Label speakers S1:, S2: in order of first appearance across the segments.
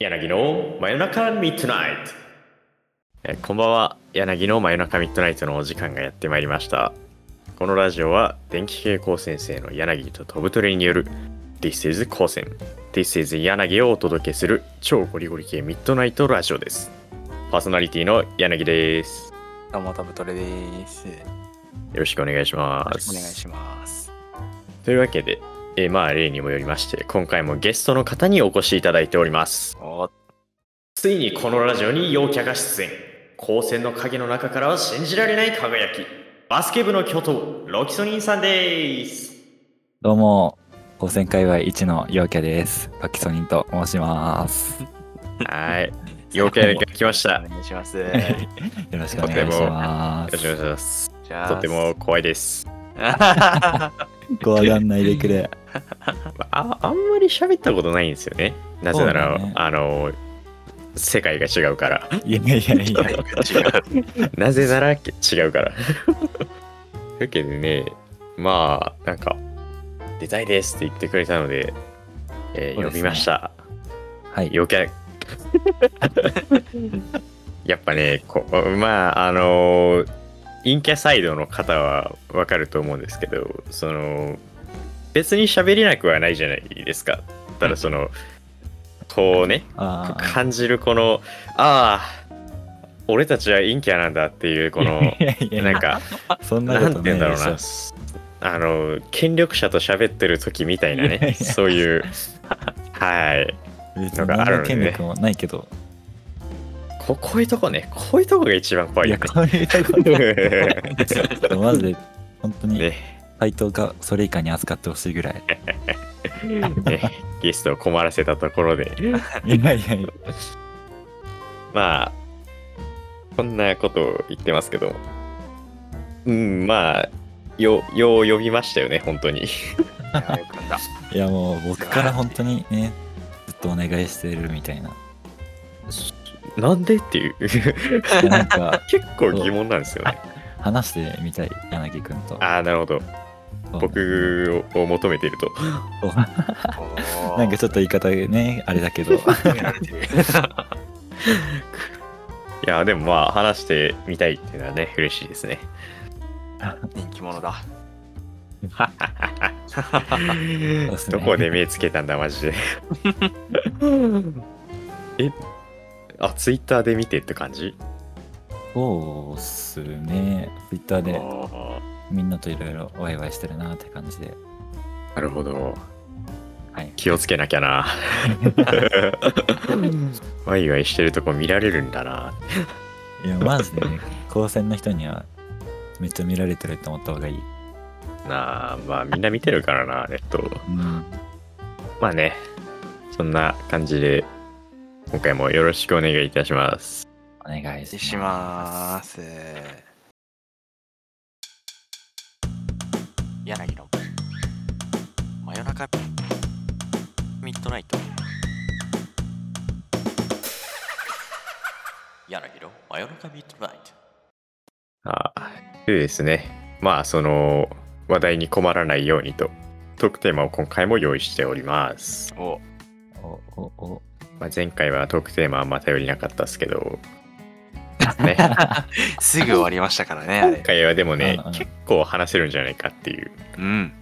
S1: 柳の真夜中ミッドナイトえこんばんは柳の真夜中ミッドナイトのお時間がやってまいりましたこのラジオは電気系高専生の柳と飛ぶ鳥による This is 高専 This is 柳をお届けする超ゴリゴリ系ミッドナイトラジオですパーソナリティの柳ですよ
S2: どうもタブトレです。よ
S1: ろしくお願いしま
S2: ろし
S1: す
S2: くお願いします。
S1: というわけで、えーまあ例にもよりまして今回もゲストの方にお越しいただいております
S2: お
S1: ついにこのラジオに陽キャが出演光線の影の中からは信じられない輝きバスケ部の巨頭ロキソニンさんです
S3: どうも、高専界隈一の陽キャです。パキソニンと申します。よ
S1: はい陽キャが来ま した
S2: お願いし ます。
S3: ろしくお願いしま
S1: よろしくお願い
S3: す。
S1: します
S2: じゃ
S1: と
S2: あ
S1: て も。怖いです
S3: 怖がんないでくれ。
S1: ああんまり喋ったことないんですよねなぜなら、
S3: そうだね
S1: あの世界が違うから
S3: いやいやいやいや。
S2: 違う。
S1: なぜなら違うからだけどねまあなんか出たいですって言ってくれたので、えー
S3: そうですね
S1: 呼びました
S3: はい。
S1: 余 計やっぱねこまああの陰キャサイドの方はわかると思うんですけどその別に喋れなくはないじゃないですかただそのこうね
S3: あー
S1: 感じるこのああ俺たちは陰キャなんだっていうこの
S3: いやいやい
S1: なん
S3: や、
S1: か
S3: そんな
S1: な
S3: こ
S1: ん
S3: と
S1: て
S3: な
S1: 言う
S3: い
S1: んだろ
S3: で
S1: う
S3: しょ
S1: な。あの権力者と喋ってる時みたいない
S3: やい
S1: ね
S3: や
S1: そういうはい
S3: 別
S1: の
S3: に
S1: があ
S3: 何
S1: る
S3: の
S1: ので
S3: 権
S1: ね
S3: 力もないけど。
S1: ここういうとこねこういうとこが一番怖い
S3: い
S1: よ
S3: や、こういうとこ
S1: ね
S3: とマジで、本当に
S1: ね
S3: 対等か、それ以下に扱ってほしいぐらい。
S1: ねゲストを困らせたところで
S3: いやいやいや。
S1: まあこんなことを言ってますけどうんまあよよう呼びましたよね本当に
S2: いやよかった
S3: いや、もう僕から本当にね、ずっとお願いしてるみたいな。
S1: なんでっていう 結
S3: いやなんか、
S1: 構疑問なんですよね
S3: 話してみたい、柳くんと。
S1: ああなるほど
S3: そう
S1: 僕を求めてると
S2: おー
S3: なんかちょっと言い方ね、あれだけど。
S2: 褒められてる
S1: いやでもまあ話してみたいっていうのはね嬉しいですね
S2: 人気者だ。
S3: すね
S1: どこで目つけたんだマジで えあツイッターで見てって感じ
S3: そうっすね。Twitter で
S1: あ
S3: みんなといろいろワイワイしてるなって感じで。
S1: ーなるほど
S3: はい。
S1: 気をつけなきゃ なワイワイしてるとこ見られるんだない
S3: や、マジでね、高専の人にはめっちゃ見られてるって思った方がいい。
S1: なあまあみんな見てるからなネットを
S3: うん。
S1: まあねそんな感じで今回もよろしくお願いいたします
S3: お願いしま
S2: 失礼
S3: す。
S2: します。柳の真夜中ミッドナイト。柳の真夜中ミッドナイト。
S1: あーでですねまあその話題に困らないようにとトークテーマを今回も用意しております
S2: お
S3: おおお。
S1: まあ、前回はトークテーマはまたよりなかったですけど、 ね、
S2: すぐ終わりましたからね、あ
S1: 今
S2: れ。
S1: 回はでもね
S3: うんうん
S1: 結構話せるんじゃないかっていう
S2: うん。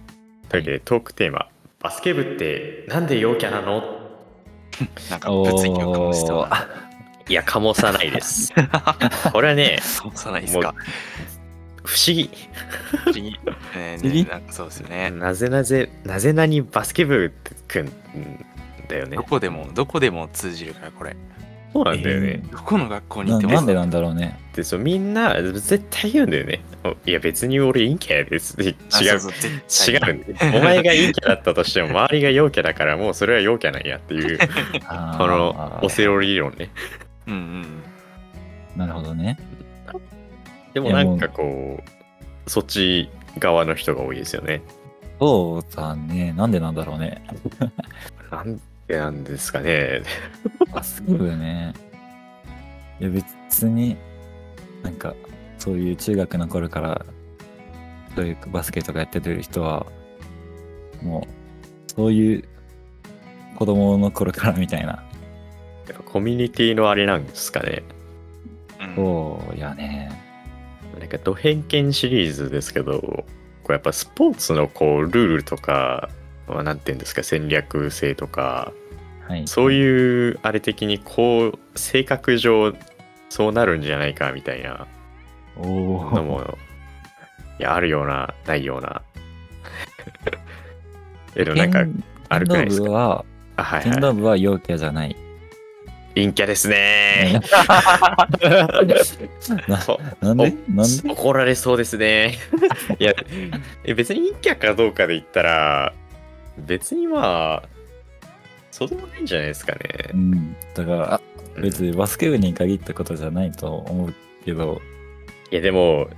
S1: というわけでトークテーマ「バスケ部ってなんで陽キャなの?
S2: なんか物議を醸して
S3: おー
S2: は。」
S1: いや醸さないですこれはね
S2: そうさないですか。
S1: 不思議
S2: 不思議。ね
S3: 不思議
S2: ねなんかそうですよね。
S1: なぜなぜなぜなにバスケ部ってくんだよね
S2: どこでも、どこでも通じるから、これ。
S1: そうなんだよね、
S2: どこの学校に行
S3: な
S2: っても。
S3: なんでなんだろうね。
S1: でそうみんな絶対言うんだよねおいや別に俺陰キャやです違う
S2: あそうそう絶
S1: 違
S2: 対
S1: うんだよお前が陰キャだったとしても周りが陽キャだからもうそれは陽キャなんやって いう
S3: あー
S1: このオセロ理論ね
S2: うんうん。
S3: なるほどね。
S1: でもなんかこうそっち側の人が多いですよね
S3: そうだね。なんでなんだろうね。
S1: なんでなんですかね
S3: あ、すごいよね。いや、別に、なんか、そういう中学の頃から、そういうバスケとかやってる人は、もう、そういう子供の頃からみたいな
S1: やっぱコミュニティのあれなんですかね。
S2: うん、
S3: そうやね。
S1: なんか、ド偏見シリーズですけど、こうやっぱスポーツのこうルールとか、まあ、なんていうんですか、戦略性とか、
S3: はい。
S1: そういうあれ的に、こう、性格上、そうなるんじゃないかみたいな
S3: お
S1: の
S3: お。
S1: も、いや、あるような、ないような。 え、でもなんか、
S3: 剣
S1: あるくないで
S3: 剣
S1: す
S3: 道
S1: か
S3: 部は、
S1: あ、はい
S3: 剣
S1: は
S3: 道部は陽キャじゃない。
S1: い。陰キャです ね
S3: な
S1: そ
S3: なんでなんで
S1: 怒られそうですね。 いや、え別に陰キャかどうかで言ったら、別にまあ、そうでもないんじゃないですかね。
S3: うん。だから、あ
S1: うん
S3: 別にバスケ部に限ったことじゃないと思うけど、
S1: いや、でも、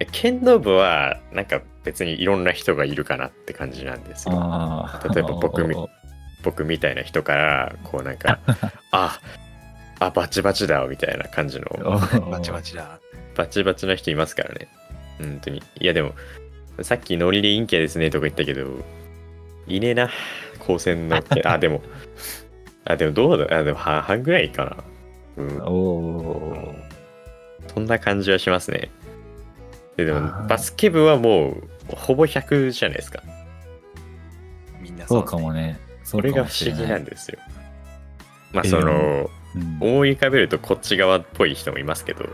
S1: え剣道部は、なんか別にいろんな人がいるかなって感じなんですよ。
S3: ああ。
S1: 例えば僕み
S3: おーおー
S1: 僕みたいな人からこうなん かああバチバチだみたいな感じの
S3: おー
S2: バチバチだ。
S1: バチバチな人いますからね本当にいやでもさっきノリで陰キャですねとか言ったけどいねえな高専のあでもあでもどうだあでも半々ぐらいかなうん
S3: おお。
S1: そんな感じはしますねででも
S3: あー
S1: バスケ部はもうほぼ100じゃないですか
S2: みんな
S3: そ
S2: そう
S3: うかもね。そ
S1: こ
S3: う
S1: れ
S3: か
S1: が
S3: も
S1: 不
S3: しれ
S1: 思議
S3: な
S1: ないんですよまあ
S3: えー
S1: その、
S3: うん
S1: 思い浮かべるとこっち側っぽい人もいますけど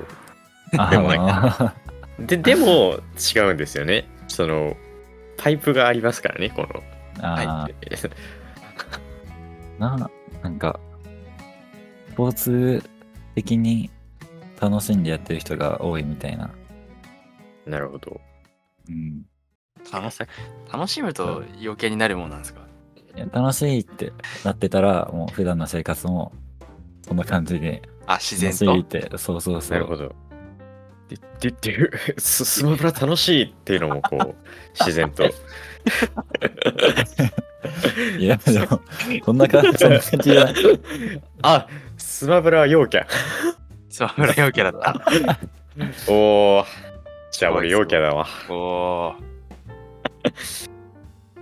S3: あ
S1: でもなん
S3: あ
S1: ででも違うんですよねそのパイプがありますからねこの
S3: あ
S1: は
S3: ー
S1: い
S3: な、なんか、スポーツ的に楽しんでやってる人が多いみたいな。
S1: なるほど
S3: うん、
S2: 楽し楽しむと余計になるもんなんですか
S3: いや楽しいってなってたら、もう普段の生活もそんな感じで、
S2: あ、自然
S3: 楽しいっ
S2: と。
S3: て、そうそうそ
S1: な
S3: う。
S1: るほどででで ススマブラ楽しいっていうのもこう自然と
S3: いや、でも、そんな感じ、そんな感じじゃない。
S1: あスマブラは陽キャ
S2: スマブラ陽キャだ った。
S1: おおじゃあ俺陽キャだわ
S2: お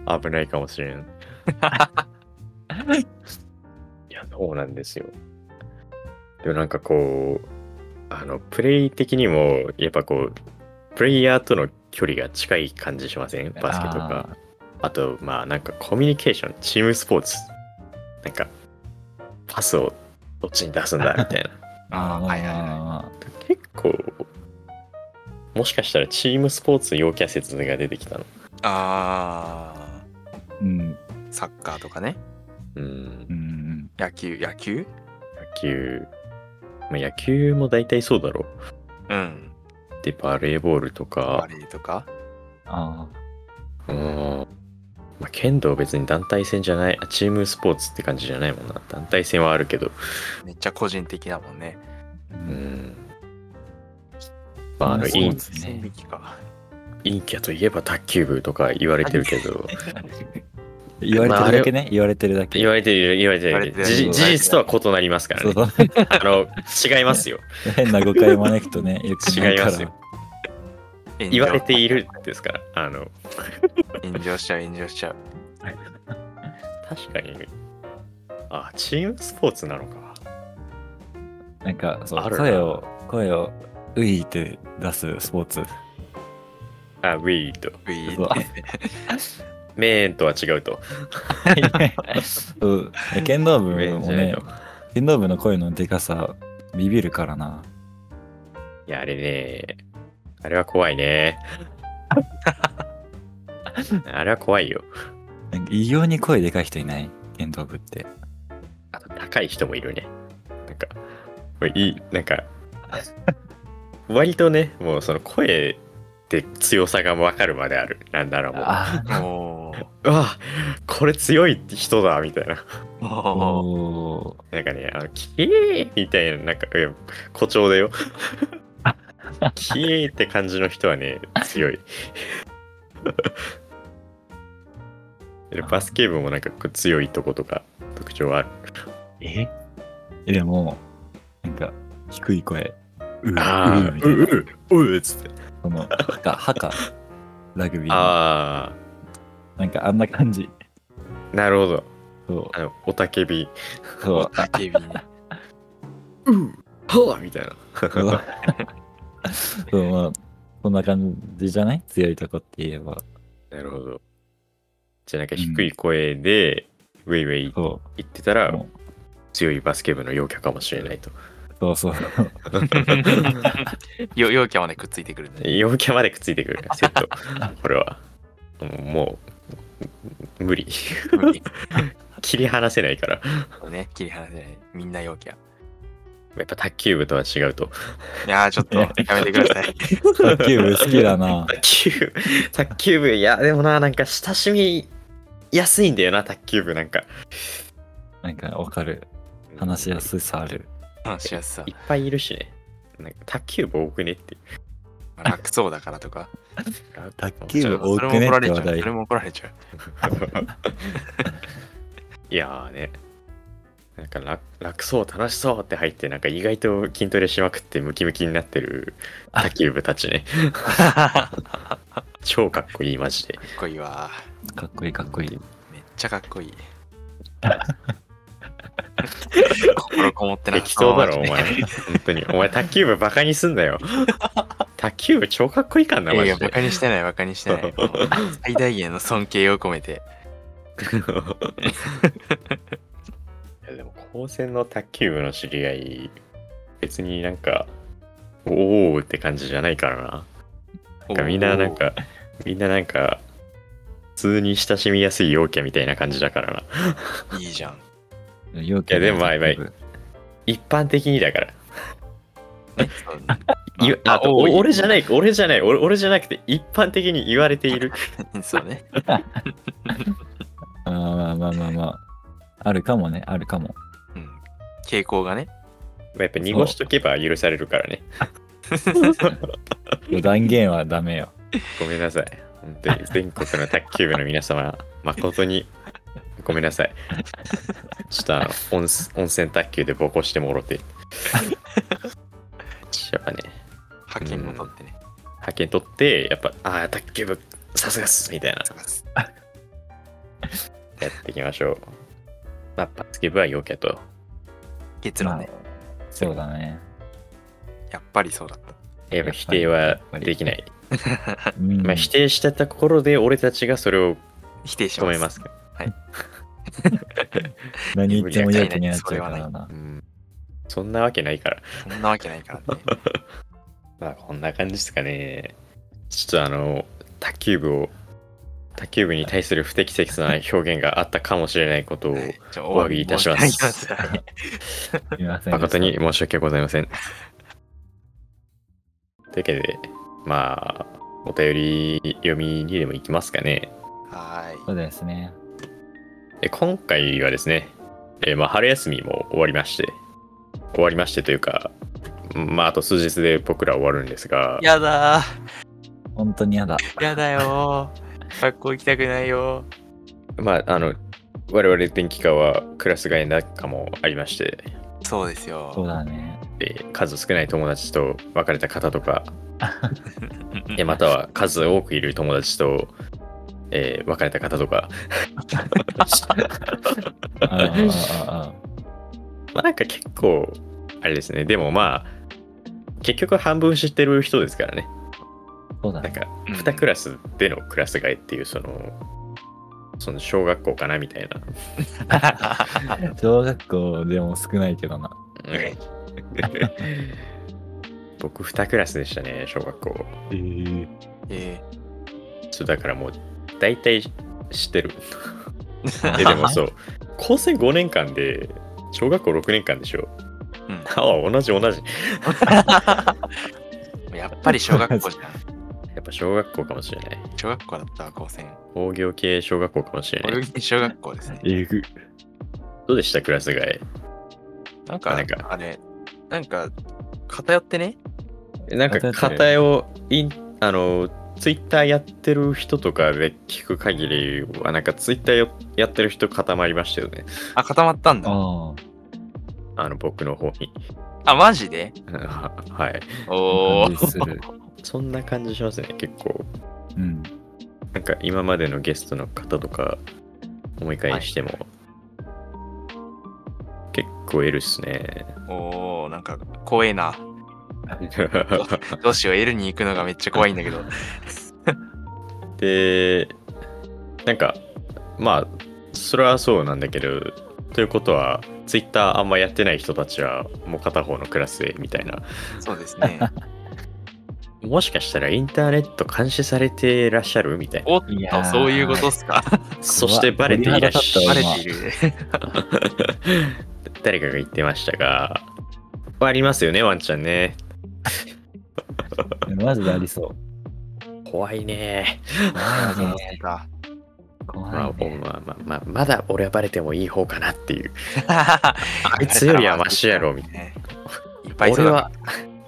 S2: ー
S1: 危ないかもしれんいやそうなんですよでもなんかこうあのプレイ的にもやっぱこうプレイヤーとの距離が近い感じしませんバスケとかあとまあなんかコミュニケーションチームスポーツなんかパスをどっちに出すんだみたいな
S3: あー。あー
S2: はいはいはい。
S3: ま
S1: 結構もしかしたらチームスポーツ陽キャ説が出てきたの
S2: あ
S3: あうん、
S2: ー、サッカーとかね。
S1: うん
S3: うん、
S2: 野球、野球
S1: 野球、まあ、野球も大体そうだろ
S2: うん。
S1: う。で、バレーボールと
S2: バ
S1: か、
S2: レーとか。
S3: あ
S1: うーん、まあ、剣道別に団体戦じゃない、あチームスポーツって感じじゃないもんな。団体戦はあるけど、
S2: めっちゃ個人的だもんね。
S3: あ。う
S1: うんん。まあ、あの、
S3: チー
S1: 陰
S3: ムスポーツね
S2: 線引きか。
S1: 陰キャといえば卓球部とか言われてるけど、
S3: 言われてるだけね、言われてるだけ。
S1: 言われてる、言われて
S2: 言われ
S1: る
S2: てる
S1: 事事実とは異なりますから
S3: そう
S1: ね。
S3: そう
S1: あの、違いますよ。
S3: 変な誤解を招くとね、よくな
S1: 違い
S3: か
S1: ま
S3: ら
S1: すよ
S2: 炎上
S1: 言われているですから、あの、
S2: 炎上しちゃう、炎上しちゃう。
S1: 確かに、あ、チームスポーツなのか。
S3: なんかそう
S1: あるな
S3: 声を、声を、ういって出すスポーツ。
S1: あ、ウィード。
S2: ウィ
S3: そう
S2: ー
S1: メーンとは違うと。
S3: うん 剣道部
S1: メーン
S3: も
S1: じゃない
S3: ね
S1: と。、
S3: 剣道部の声のでかさ、ビビるからな。
S1: いや、あれね、あれは怖い ね。あれは怖いよ。
S3: なんか異様に声でかい人いない剣道部って。
S1: あと、高い人もいるね。なんか、これいい、なんか、割とね、もうその声って強さが分かるまである。なんだろう、もう。
S3: あ
S2: おー
S1: うわこれ強い人だみたいな。
S2: おー
S3: お
S1: なんかね、あの、キーみたいな、なんか、いや誇張だよ。キーって感じの人はね、強い。でバスケ部もなんかこう強いとことか特徴ある。
S3: えでも、なんか、低い声。うう
S1: ああ、
S3: う
S1: う
S3: みたいな。
S1: う、ううっつって。
S3: その、はか、はか、ラグビーの。
S1: あ
S3: なんかあんな感じ。
S1: あ、なるほど。
S3: そう、
S1: あの、おたけび。
S3: そう。
S2: 叫びね
S1: ううはあみたいな。
S3: うわそうまあそんな感じじゃない強いとこって言えば
S1: なるほど。じゃあなんか低い声で、ウェイウェイ
S3: そ
S1: 言ってた
S3: う
S1: ら、
S3: も
S1: 強いバスケ部の陽キャかもしれないと。
S3: うそうそう
S2: よ陽キャまでくっついてくるんだね
S1: 陽キャまでくっついて くるね、セット。これは。もう、無理。
S2: 無理
S1: 切り離せないから。
S2: そうね切り離せないみんな陽キャ
S1: やっぱ卓球部とは違うと。
S2: いやーちょっとやめてください
S3: 卓球部好きだな
S1: 卓球部、 卓球部、いや、でもな、なんか親しみやすいんだよな、卓球部なんか。
S3: なんかわかる話しやすさある
S2: 話しやすさ
S1: いっぱいいるしね。なんか卓球部多くねっていう。
S2: 楽そうだからとか
S3: 卓球
S2: ち
S3: 部
S2: ょっとそれも
S3: 多くね
S2: 怒
S3: っ
S2: られ
S3: て
S2: ちゃ
S3: 話
S2: うそ
S3: 題
S2: れも怒られちゃう
S1: いやーね。なんか楽楽そう楽しそうって入ってなんか意外と筋トレしまくってムキムキになってる卓球部たち ね
S2: か
S1: 超かっこいいマジで
S2: っこいいわ
S3: かっこいいかっこいい
S2: めっちゃかっこいい心こもってな
S1: 適当だろ
S2: そう
S1: お前本当にお前卓球部バカにすんな よ卓球部超かっこいいからないマ
S2: やい
S1: ジで
S2: や、バカにしてない、バカにしてない。もう最大限の尊敬を込めて。
S1: いやでも高専の卓球部の知り合い別になんかおおって感じじゃないからななんかみんななんかみんななんか普通に親しみやすい陽キャみたいな感じだからな
S2: おー。いいじゃん。
S3: 陽
S1: いやでもまあまあ一般的にだから
S2: ね、
S1: い
S2: あ
S1: あと
S2: 多い
S1: お俺じゃない俺じゃない俺俺じゃなくて一般的に言われている
S2: そうそうね。
S3: あまあまあまあまああるかもねあるかも
S2: うん。傾向がね。
S1: まあやっぱ濁しとけば許されるからね
S3: いや断言はダメよ
S1: ごめんなさい本当に 全国の卓球部の皆様誠にごめんなさいちょっとあの温温泉卓球で暴行してもろ てやっぱね
S2: 派遣も取ってね。
S1: 派遣取ってやっぱああ卓球部さすがっすみたいな
S2: 探す
S1: やっていきましょう。まあ、バスケ部は陽キャと。
S2: 結論ね。
S3: そうだね
S2: やっぱりそうだった。
S1: やっぱ否定はできない。
S3: うん
S1: まあ、否定してたところで、俺たちがそれを
S2: 否定し
S1: 止
S2: ま
S1: め
S2: す。
S1: ますか。
S3: 何言っても陽気になっちゃうからな
S1: うん、そんなわけないから。
S2: そんなわけないか らね。
S1: まあ、こんな感じですかね。ちょっとあの、卓球部を、卓球部に対する不適切な表現があったかもしれないことを、
S2: じゃあ
S1: お詫びいたします
S2: お詫び申し上げます
S3: すいません
S1: 誠に申し訳ございません。というわけで、まあ、お便り読みにでも行きますかね。
S2: はーい。
S3: そうですね
S1: え今回はですね、えーまあ、春休みも終わりまして終わりましてというか、まあ、あと数日で僕ら終わるんですが
S2: やだ
S3: 本当にやだ
S2: ー。やだよー。学校行きたくないよ
S1: まああの我々電気科はクラス外なんかもありまして
S2: ー。そうですよ。
S3: そうだね
S1: えー数少ない友達と別れた方とかえまたは数多くいる友達と、えー別れた方とか、
S3: ああああ
S1: まあ、なんか結構あれですねでもまあ結局半分知ってる人ですからね
S3: そうだ
S1: なん
S3: ね
S1: か
S2: うん
S1: 2クラスでのクラス替えっていうそのその小学校かなみたいな、
S3: 小学校でも少ないけどな
S1: 僕2クラスでしたね小学校
S3: ええ
S2: え
S1: そうだからもう大体知 ってる
S2: ー
S1: えで もそう高専5年間で小学校6年間でしょ、
S2: うん
S1: ああ同じ同じ
S2: やっぱり小学校じゃん。
S1: やっぱ小学校かもしれない
S2: 小学校だったわ、高専。
S1: 工業系小学校かもしれな
S2: 泳
S1: い
S2: ぎ小学校ですね。
S1: えぐどうでしたクラス替え
S2: なんか、
S1: なんか
S2: あれ、なんか、偏ってね。
S1: なんか片絵をインあのツイッターやってる人とかで聞く限りはなんかツイッターやってる人固まりましたよね
S2: あ、固まったんだ。
S3: あ
S1: あの僕の方に
S2: あ、マジで
S1: ははい
S2: お
S3: あ
S2: ー。
S3: する
S1: そんな感じしますね結構
S3: うん
S1: なんか今までのゲストの方とか思い返しても、結構得るっすね
S2: おー、なんか怖えな。どうしよう、L に行くのがめっちゃ怖いんだけど。
S1: でなんかまあそれはそうなんだけどということはツイッターあんまやってない人たちはもう片方のクラスへみたいな
S2: そうですね。
S1: もしかしたらインターネット監視されていらっしゃるみたいな
S2: おっと
S3: いやー、
S2: そういうことっすか。
S1: そしてバレていらっし
S3: 鳥
S1: ゃ
S2: バ
S1: る
S2: レ
S3: 今
S2: ている。
S1: 誰かが言ってましたがありますよねワンちゃんね
S3: マジでありそう。
S1: 怖いね
S3: 怖いね
S2: か。
S1: まあ
S3: 怖い
S1: お
S3: ね。
S1: まあまあまあまだ俺はバレてもいい方かなっていうあ
S2: あ
S1: いつよりはマシやろみたい
S2: ね。いっぱ
S1: ない
S2: そう
S1: 俺
S2: だ
S1: は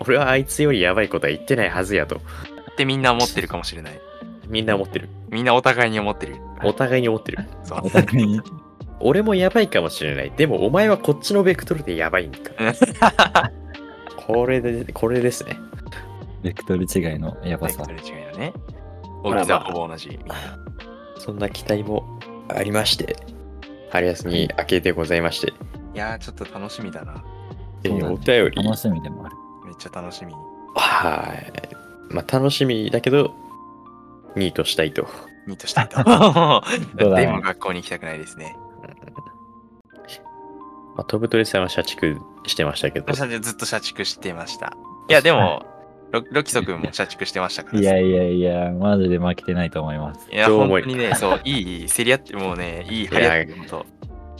S1: 俺はあいつよりやばいことは言ってないはずやと
S2: ってみんな思ってるかもしれない。
S1: みんな思ってる
S2: みんなお互いに思ってる。
S1: お互いに思ってる
S2: そう
S3: お互いに。
S1: 俺もやばいかもしれない。でもお前はこっちのベクトルでやばいんか。これで、これですね。
S3: ベクトル違いのやば
S2: ベ
S3: さ
S2: クト。ル違いのね。
S1: まあまあ
S2: 大きさはほぼ同じ。みんな
S1: そんな期待もありまして、春休み明けでございまして、
S2: いやー、ちょっと楽しみだな。
S1: えー
S3: そうだね
S1: お便り、
S3: 楽しみでもある。
S2: めっちゃ楽しみ。
S1: はい。まあ楽しみだけど、ニートしたいと。
S2: ニートしたい と。で
S3: うだね
S2: も学校に行きたくないですね。
S1: まあ、飛ぶ鳥さんは社畜してましたけど
S2: 私、はずっと社畜してました。いや、でも、ロロキソ君も社畜してましたから。
S3: いやいやいや、マジで負けてないと思います。
S2: いや、
S1: どう
S2: 本
S1: 思
S2: 当
S1: い
S2: に ね、そう、いい、競り合って、もうね、いい、
S1: や
S2: 早く、本当。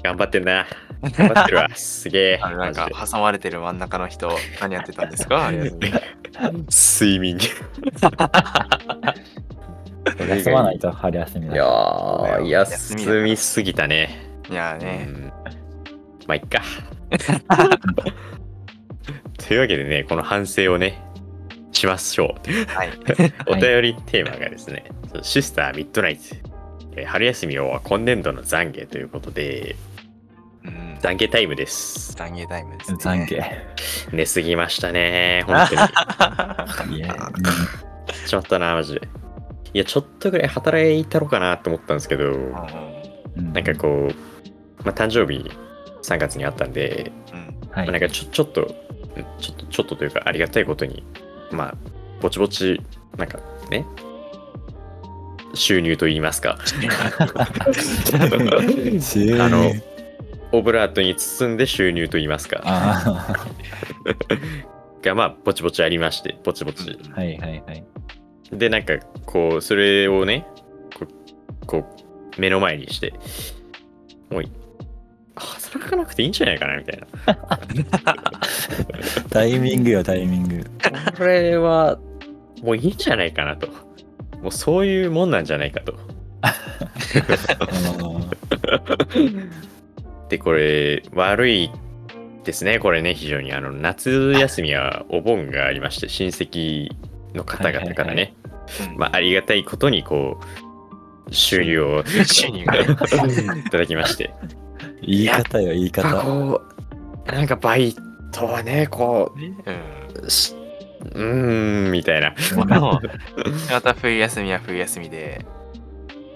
S1: 頑張ってんな。頑張ってるわ。すげえ。
S2: あのなんか、
S1: マ
S2: 挟まれてる真ん中の人、何やってたんです かあれ
S1: ジで睡眠。
S3: 休まないと春休み
S1: い
S3: だ。
S1: や
S3: よ
S1: ー、
S2: 休みだから
S1: 休みすぎたね。
S2: いやね、
S1: うんまあ、いっ か。というわけでね、この反省をね、しましょう。
S2: はい。
S1: お便りテーマがですね、シスターミッドナイト。えー春休みをは今年度の懺悔ということで、
S2: うん、
S1: 懺悔タイムです。
S2: 残業タイムです、ね。
S3: 懺悔。
S1: 寝すぎましたね、本当 に。
S3: いや、
S1: しまったな、マジで。いや、ちょっとぐらい働いたろうかなと思ったんですけど、
S3: うん
S1: なんかこう、まあ、誕生日3月にあったんで、
S2: うん。うん。
S3: は
S1: まあないんかちょちょっとうんちょっとちょっとというかありがたいことにまあぼちぼちなんかね収入と言いますか あのオブラートに包んで収入と言いますか
S3: あ
S1: がまあぼちぼちありましてぼちぼち
S3: あ、はいはいはい。
S1: でなんかこうそれをねこうこう目の前にしてもうい働かなくていいんじゃないかなみたいな
S3: タイミングよ、タイミング。
S1: これはもういいんじゃないかなともうそういうもんなんじゃないかと
S3: あの
S1: でこれ悪いですねこれね非常にあの夏休みはお盆がありまして親戚の方々からね、
S3: はいはいはい
S1: ま あ、ありがたいことにこう収入をい
S2: あ、収入がね。
S1: ただきま して
S3: 言い方よ、言い
S1: まあ
S3: 方。
S1: こうなんかバイトはねこ
S2: うん。
S1: うしうーんみたいな
S2: まあまた冬休みは冬休みで、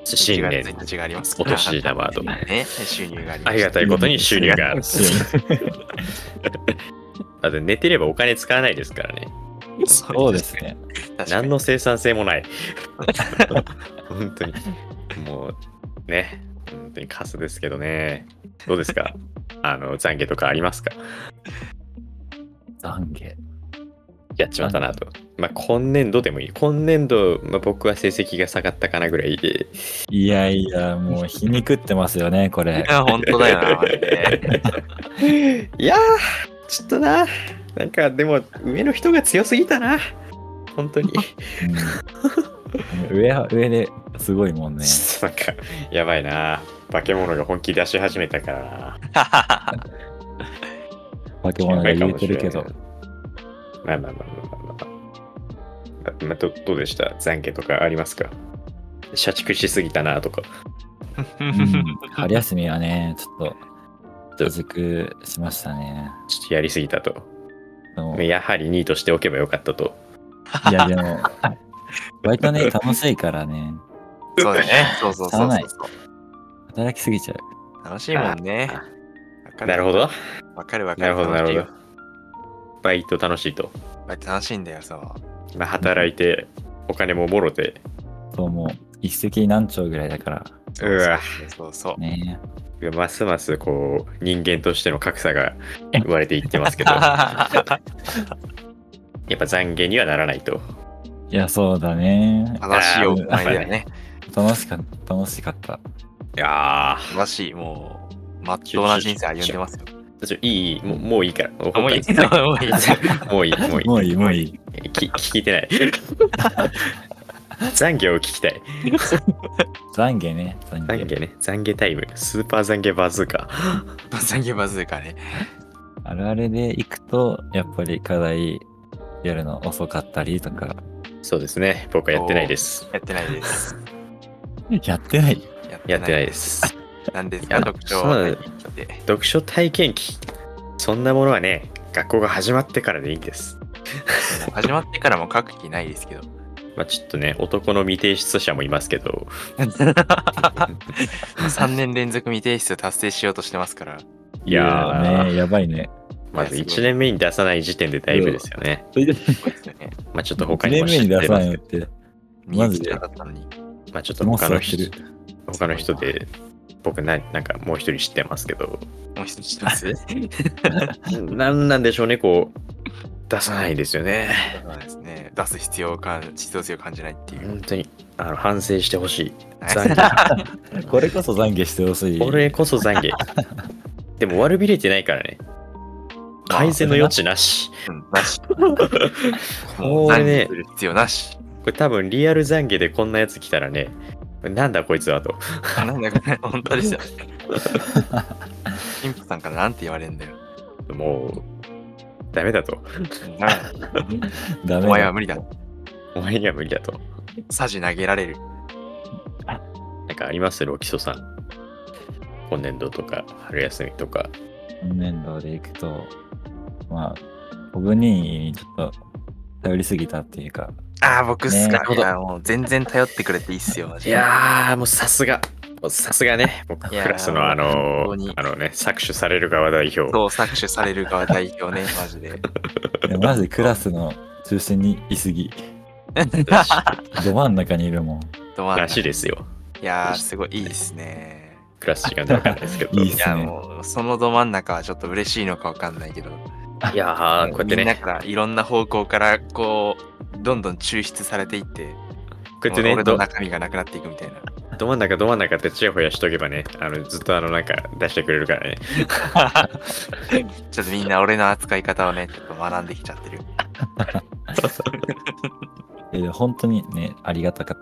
S1: 新
S2: 1
S1: 年
S2: 月1日があります
S1: お年玉と
S2: ね、収入があります。
S1: ありがたいことに収入がある だって寝てればお金使わないですからね
S3: そうですね。
S2: 確かに
S1: 何の生産性もない。 本当に。もう、ね。本当にカスですけどね。どうですかあの、懺悔とかありますか
S3: 懺悔。
S1: やっちまったなと。まあ、今年度でもいい。今年度、まあ、僕は成績が下がったかなぐらい で。
S3: いやいや、もう皮肉ってますよね、これ
S2: い。や、本当だよな、マジで。
S1: いやー、ちょっとな。なんか、でも、上の人が強すぎたな。本当に。
S3: うん上は上ですごいもんね。
S1: ちょっとなんか、やばいな。化け物が本気出し始めたからな。
S3: 化け物が言うてるけど。
S1: まあまあまあまあまあまあ。ままあ、どどうでした懺悔とかありますか社畜しすぎたなとか。
S3: うん春休みはね、ちょっと、
S1: どう
S3: 自粛しましたね。
S1: ちょっとやりすぎたと。
S3: でもい
S1: やはりニートしておけばよかったと。
S3: や、でも、バイトね、楽しいからね、
S2: そうだね。そうそうそうそう
S3: 働きすぎちゃう。
S2: 楽しいもんね。
S1: なるほど。
S2: わかるわか
S1: な
S2: る。
S1: るほど、なるほど。バイト楽しいと。
S2: バイト楽しいんだよ、そう。
S1: まあ、働いて、お金ももろて。
S3: そうもう一石何鳥ぐらいだから
S1: うわ、
S2: そうそう。
S3: ね
S1: ますますこう、人間としての格差が生まれていって ますけど、や
S2: 楽
S1: っぱ懺悔にはならないと。
S3: いやそうだね
S2: しいお前だよね。
S3: 楽しかった楽しかった
S1: いや
S2: 楽しい、もう、まっとうな人生歩んで ますよ。
S1: ー、ちょいいいい、もうもういいから。
S2: あもういいもういい。
S1: もういい、もう いい。
S3: もういいもういい
S1: き聞いて ない。懺悔を聞きたい。
S3: 懺悔ね懺
S1: 懺
S3: 悔
S1: 悔ね。懺悔タイム。スーパー懺悔バズーカ。
S2: バズーカバズーカね。
S3: あるあるで行くとやっぱり課題やるの遅かったりとか
S1: そうですね。僕はやってないです。
S2: やってないです。
S3: やってない
S1: やってない
S2: で
S1: です。
S2: す。なんです
S1: いや
S2: か、特徴
S1: そうなの
S2: は
S1: よ
S2: 聞いて。
S1: 読書体験記。そんなものはね、学校が始まってからでいいんです。
S2: 始まってからも書く気ないですけど。
S1: まあちょっとね、男の未提出者もいますけど、
S2: 3年連続未提出達成しようとしてますから。
S1: いやー
S3: ねやばいね
S1: まず
S2: いやすご
S1: 1
S2: い
S1: 年目に出さない時点でだいぶですよね。
S2: そうですよね。
S1: まあちょっと他
S3: 1
S1: にも知っ
S3: 年目に
S1: て
S3: 出さ
S1: ま
S3: な
S1: す
S3: い
S1: け
S3: っ
S1: ど、
S3: て
S2: マジでなかったのに。
S1: まあちょっと
S3: もう
S1: 他
S3: 座
S1: の
S3: ってる
S1: 人他の人で、僕ななんかもう一人知ってますけど、
S2: もう一つ知ってます。
S1: なんなんでしょうね、こう、出さないですよね。
S2: そうですね。出す必要感、必要性を感じないっていう。
S1: 本当に、あの反省してほしい。懺
S2: は
S1: 悔。
S3: これこそ懺悔してほしい
S1: これこそ懺悔。でも悪びれてないからね。
S2: まあ
S1: 改善の余地なし。
S2: いうん なし。もう
S1: これね
S2: 懺悔する必要なし。
S1: これ多分リアル懺悔でこんなやつ来たらね、なんだこいつはと。
S2: あなんだこれ、本当ですよ。神父さんからなんて言われるんだよ。
S1: もう、ダメだと。
S3: ダ
S2: お
S3: メだ
S2: 前は無理だ。
S1: お前には無理だと。
S2: サジ投げられる。
S1: なんかありますロキソさん。今年度とか、春休みとか。
S3: 今年度でいくと、まあ、オブニーにちょっと頼りすぎたっていうか、
S2: ああ、僕っす
S1: な
S2: か
S3: ね
S1: る。ほ
S2: い
S1: ど
S2: や、もう全然頼ってくれていいっすよ。マジ
S1: い
S2: で
S1: やー、もうさすが。もうさすがね、僕ク
S2: いやー
S1: ラスのあ
S2: 本
S1: の
S2: 当に
S1: あのね、搾取される側代表。
S2: そう搾取される側代表ね、マジで。
S3: いやマジでクラスの中心にいすぎ、
S1: らし
S3: ど真ん中にいるもん。
S2: ど
S1: い
S2: まん
S1: らし
S2: い
S1: いですよ。
S2: やー、すごいいいっすね。
S1: クラス時間じゃなかったですけど。
S3: い
S2: い
S3: いっす
S2: や、
S3: ね
S2: もう、そのど真ん中はちょっと嬉しいのかわかんないけど、
S1: いやー、こうやって
S2: みんな
S1: ね、
S2: からいろんな方向から、こう、どんどん抽出されていって、
S1: こうやってね、
S2: 俺の
S1: ど
S2: 中身がなくなっていくみたいな。
S1: ど真ん中ど真ん中ってちやほやしとけばね、あのずっとあのなんか出してくれるから ね。
S2: ちょっとみんな俺の扱い方をね、ちょっと学んできちゃってる。
S3: えー本当にね、ありがたかっ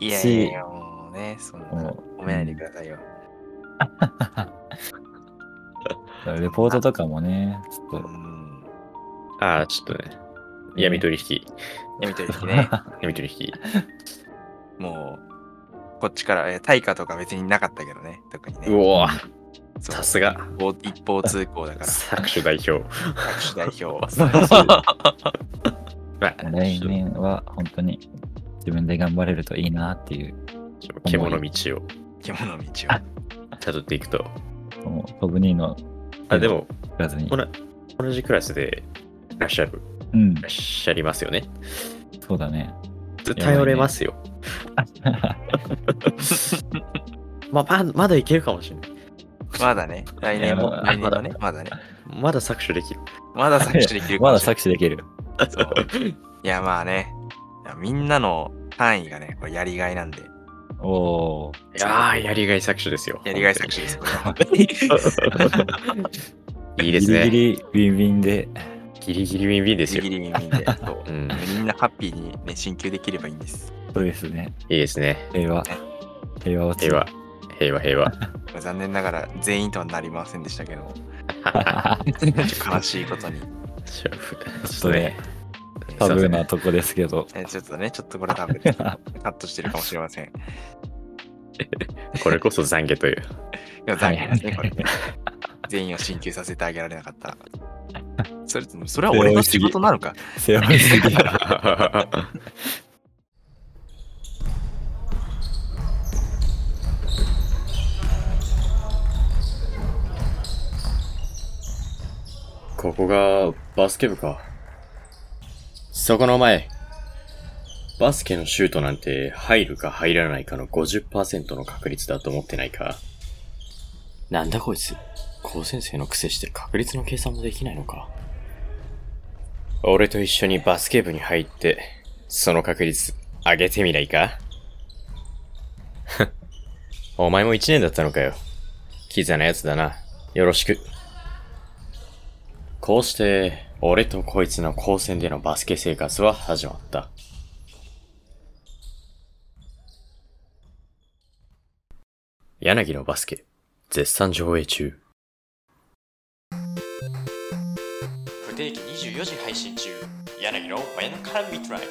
S2: いやいやいや、もうね、そんな、
S3: うん
S2: 褒めないでくださいよ。
S3: た。レポートとかもね、ち
S2: う
S3: ょっと、
S2: ん。
S1: ああ、ちょっとね、闇取引、
S2: やみとり ね、
S1: 闇取引。
S2: もう、こっちから、えー対価とか別になかったけどね、特にね。
S1: うおー
S2: そう
S1: さすが、
S2: 一方一方通行だから、
S1: 搾取代表。
S2: 各種代 表。
S1: まあ、
S3: 来年は本当に自分で頑張れるといいなっていう、
S1: ちょっと獣道を
S2: 獣の道を。
S1: 辿っていくと。
S3: もうオブニーの
S1: あ、でも、
S3: クラスに
S1: こ。の同じクラスでいらっしゃる、
S3: うん
S1: いら、っしゃりますよね。
S3: そうだね。
S1: 頼れますよ。 まあ、ままだいけるかもしれない。
S2: まだね、来年も、
S3: いや
S2: 来年もね、まだね。
S1: まだ搾取できる。
S2: まだ搾取できるか
S3: ま
S2: も
S3: だ
S2: しれ
S3: 搾取できる。
S2: ない。そう いや、まあね、いやみんなの単位がね、これやりがいなんで、
S3: おー。
S1: いやー、やりがい搾取ですよ。
S2: やりがい搾取です、これは本当に。
S1: 取。いいですね。ギ
S3: ギ
S1: リ
S3: リギリビンビンで。
S1: ギリウィンウィンです
S2: ギ
S1: よ。
S2: リギリ耳で、そう
S1: うん、
S2: みんなハッピーにね、進級できればいいんです。
S3: そうですね。
S1: いいですね。
S3: 平和。平和を
S1: 平和。平和、 平和。
S2: まあ残念ながら全員とはなりませんでしたけども、ちょっと悲しいことに。
S1: ちょっ
S3: そ
S1: と
S3: れ
S1: ね、
S3: タブー
S1: すいません
S3: なとこですけど。
S2: えちょっとね、ちょっとこれ多分、 カットしてるかもしれません。
S1: これこそ懺悔という。
S2: いや、残念ですね、これね。全員を進級させてあげられなかった。それそれは俺の仕事なのか。
S3: 背負いすぎ。
S1: ここがバスケ部か。そこの前。バスケのシュートなんて入るか入らないかの50%の確率だと思ってないか。
S4: なんだこいつ。高先生の癖して確率の計算もできないのか。
S1: 俺と一緒にバスケ部に入って、その確率上げてみないか お前も1年だったのかよ。キザなやつだな。よろしく。こうして、俺とこいつの高専でのバスケ生活は始まった。柳のバスケ、絶賛上映中。
S4: 不定期24時配信中。柳の真夜中ミッドナイト。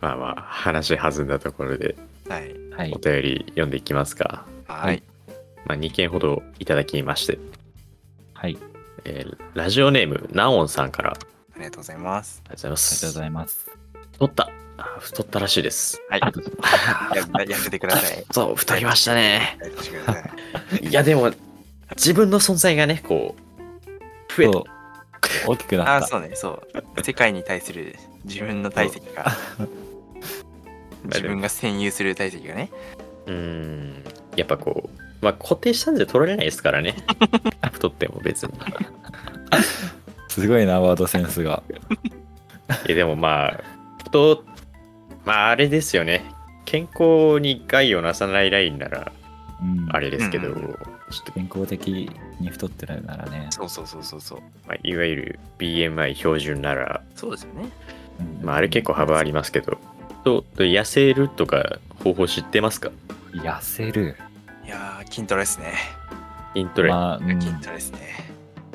S1: まあまあ、話弾んだところで、
S2: はい。
S3: はい
S1: お。便り読んでいきますか。
S2: はい。
S1: まあ、2件ほどいただきまして、
S3: はい。
S1: えーラジオネーム、ナオンさんから、あり
S2: ありがとうございます。
S1: がとうございま
S3: ありがとうご
S1: す。
S3: ざいます。
S1: 太った。あ太ったらしいです。
S2: はい。 ややめてくだ さい。
S1: そう、太りましたね。
S2: やめてください。
S1: いや、でも、自分の存在がね、こう、増え
S3: そ
S1: た
S3: う。大きく
S2: あ
S3: な
S2: あ、
S3: った。
S2: そうね、そう。世界に対する自分の体積が。自分が占有する体積がね。
S1: うーん。やっぱこう、まあ、固定したんじゃ取られないですから ね。太っても別に。
S3: すごいな、ワードセンスが。
S1: いやでもまあ、太っ、まあ、あれですよね。健康に害をなさないラインなら、
S3: うん、
S1: あれですけど、
S2: うんう
S1: ちょっと
S3: 健康的に太ってるならね。
S2: そうそうそうそうそう。
S1: まあ、いわゆる BMI 標準なら、
S2: そうですよね。
S3: うん
S1: まあ、あれ結構幅ありますけど、とと痩せるとか方法知ってますか
S3: 痩せる。
S2: いやー、筋トレですね。
S1: 筋トレ、
S3: まあ、うん、
S2: 筋トレですね。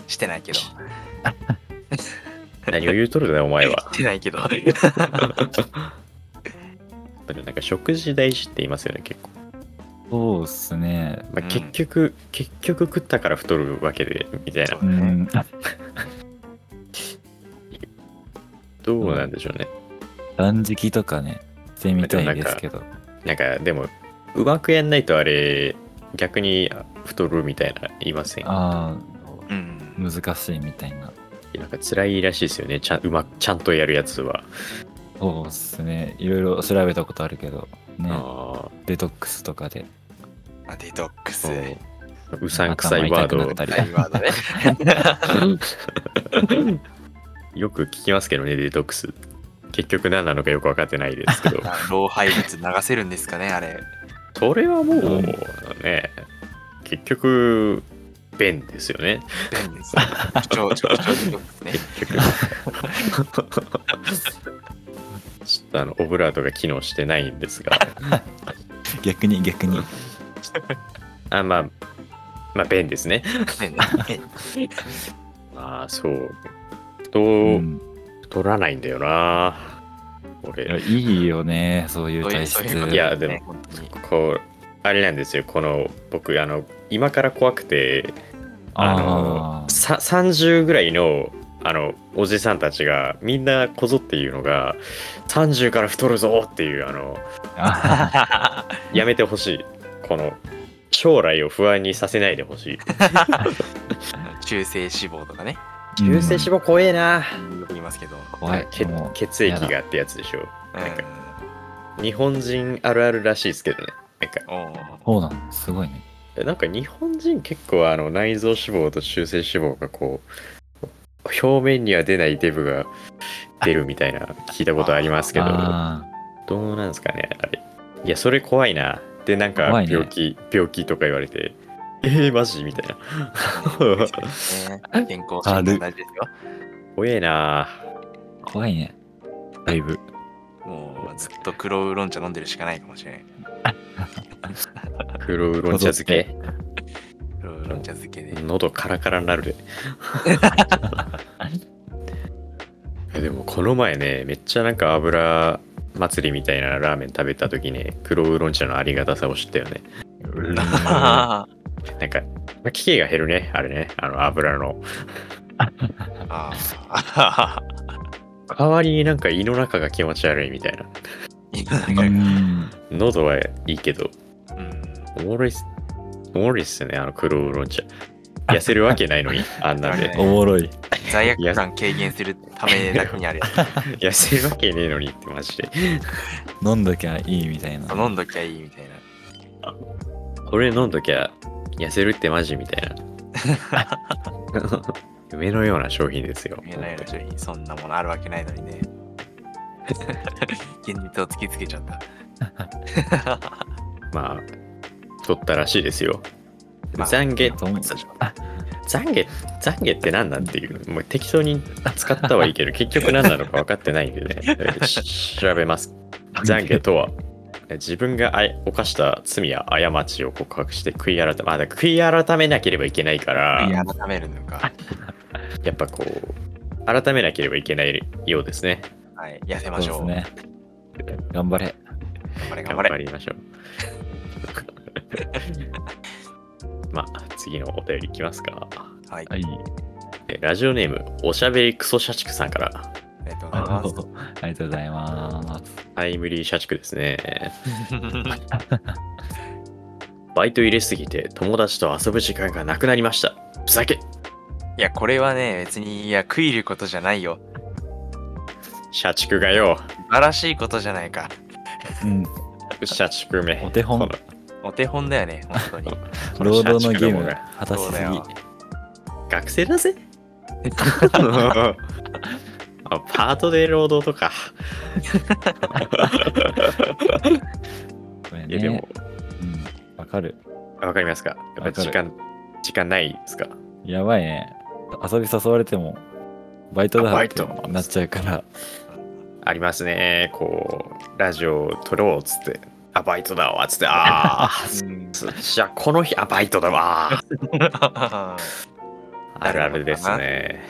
S2: してない けど。し
S1: 何を言うとるだよ、お前 は。
S2: てないけど。
S1: でもなんか食事大事って言いますよね、結構。
S3: そうっすね。
S1: ま
S2: う
S1: あ、
S2: ん
S1: 結局、結局食ったから太るわけで、みたいな
S2: そう
S3: う。ん。
S1: どうなんでしょうね。
S3: 断食とかね、してみたいですけど。
S1: なんか、でも、うまくやんないとあれ、逆にあ太るみたいな言いません
S3: あ
S2: う
S3: あ、
S2: ん。
S3: 難しいみたいな。
S1: なんか辛いらしいですよね、ちゃんうまちゃんとやるやつは。
S3: そうっすね。いろいろ調べたことあるけど、ね、
S1: あ
S3: デトックスとかで。
S2: あデトックス。
S1: あ
S2: はい、
S1: うんうさんくさいワード
S3: 頭痛くなったり
S2: ワードね。
S1: よく聞きますけどね、デトックス。結局何なのかよく分かってないです けど。
S2: あ老廃物流せるんですかね、あ れ。
S1: それはも
S3: う
S1: うね、結局、便ですよ ね。
S2: 便利です。超、超、超デトックスね。
S1: 結局。ちょっとあの、オブラートが機能してないんですが。
S3: 逆に逆に。
S1: あ、まあ、まあ、便ですね。
S2: 便利ね
S1: まあ、そう。太、
S3: うん、
S1: 太らないんだよな。俺
S3: いやいいよね、そういう
S2: そういう
S3: 体
S2: そう
S3: 質。
S2: いうこと
S1: いや
S2: ね
S1: でも
S2: 本当に
S1: こうあれなんですよこの僕あの今から怖くてあの
S3: あー
S1: さ30ぐらいのあのおじさんたちがみんなこぞっていうのが30から太るぞっていうあの
S3: あ
S1: やめてほしいこの将来を不安にさせないでほしい
S2: 中性脂肪とかね。
S3: ー、
S1: 中性脂肪怖えな、
S2: よく言いますけど。
S3: 肪怖い。
S1: 血
S3: もう
S1: 血液がってやつでしょなんか
S2: う
S1: 日本人あるあるらしいですけどねなんか
S2: ん。おー
S3: そうなの、すごいね。
S1: えなんか日本人結構あの内臓脂肪と中性脂肪がこう表面には出ないデブが出るみたいな聞いたことありますけど
S3: あ
S1: どうなんですかねあれいやそれ怖いなでなんか
S3: 怖いね
S1: 病気、病気とか言われてえー、マジみたいな
S2: ね健康診断大事ですよ。
S1: 怖えな
S3: ー怖いね。だいぶ。
S2: もうずっと黒ウーロン茶飲んでるしかないかもしれない。
S1: 黒ウーロン茶漬け
S2: 黒ウーロン茶漬けで。
S1: 喉カラカラになるでいやでもこの前ねめっちゃなんか油祭りみたいなラーメン食べた時ね黒ウーロン茶のありがたさを知ったよねなん
S2: あー
S1: か危機が減るねあれねあの油の
S2: あー。
S1: 代わりになんか胃の中が気持ち悪いみたいな
S2: 今な
S3: うん
S2: か
S3: ん
S1: 喉はいいけど
S2: うん
S1: おもろいっすもりですね、あの黒ウーロン茶。痩せるわけないのに、あんな
S2: は
S1: で
S2: い。
S3: おもろい。
S2: 罪悪感軽減するためだけにあるやつ。
S1: 痩せるわけねえのにってマジで。
S3: 飲んどきゃいいみたいな。
S2: 飲んどきゃいいみたいな。
S1: これ飲んどきゃ痩せるってマジみ たいな。夢のような商品ですよ。
S2: 見えないような商品、そんなものあるわけないのにね。現実を突きつけちゃった。
S1: まあ、取ったらしいですよ。
S2: まあ
S1: 懺悔、
S3: と思う
S1: 懺悔、懺悔って何なんていう、もう適当に使ったはいい けど、結局何なのか分かってないんでね、し調べ ます。懺悔とは、自分があい犯した罪や過ちを告白して悔い改め、まあ、だから悔い改めなければいけないから、
S2: いや改めるのか。
S1: やっぱこう、改めなければいけないようですね。
S2: はい、痩せましょ。
S3: そううですね。頑張
S2: 頑
S3: れ。
S2: 張れ、
S1: 頑
S2: 頑張
S1: 張
S2: れ。
S1: りましょう。 まあ、次のお便りいきますか。
S2: はい、
S3: はい。
S1: えラジオネーム、おしゃべりクソ社畜さんから、
S2: ありがとうござい
S3: あ
S2: ます。
S3: ありがとうございます。
S1: タイムリー社畜ですね。バイト入れすぎて友達と遊ぶ時間がなくなりました。ふざけ
S2: いや、これはね、別に、いや、食い入ることじゃないよ。
S1: 社畜がよ、
S2: 素晴らしいことじゃないか。
S3: うん。
S1: 社畜め。
S3: お手本
S1: この
S2: お手本だよね、本当に。
S1: この
S3: 労働の
S1: 社
S3: 義
S1: 畜ども
S3: 務
S1: が
S3: が果たし
S2: そう
S3: す
S2: だよ
S3: ぎ。
S1: 学生だ ぜあパートで労働とか。
S3: これ
S1: いやでも
S3: ね。、うんわかる。
S1: わかりますかやっぱ時間、時間ないですか
S3: やばいね。遊び誘われても、バイト
S1: あ
S3: だ
S1: バ
S3: っ
S1: イ
S3: て
S1: ト
S3: なっちゃうから、
S1: ありますね。こう、ラジオ撮ろうっつって、あ、バイトだわっつって、ああ、じゃあこの日、あ、バイトだわ。 あるあるですね。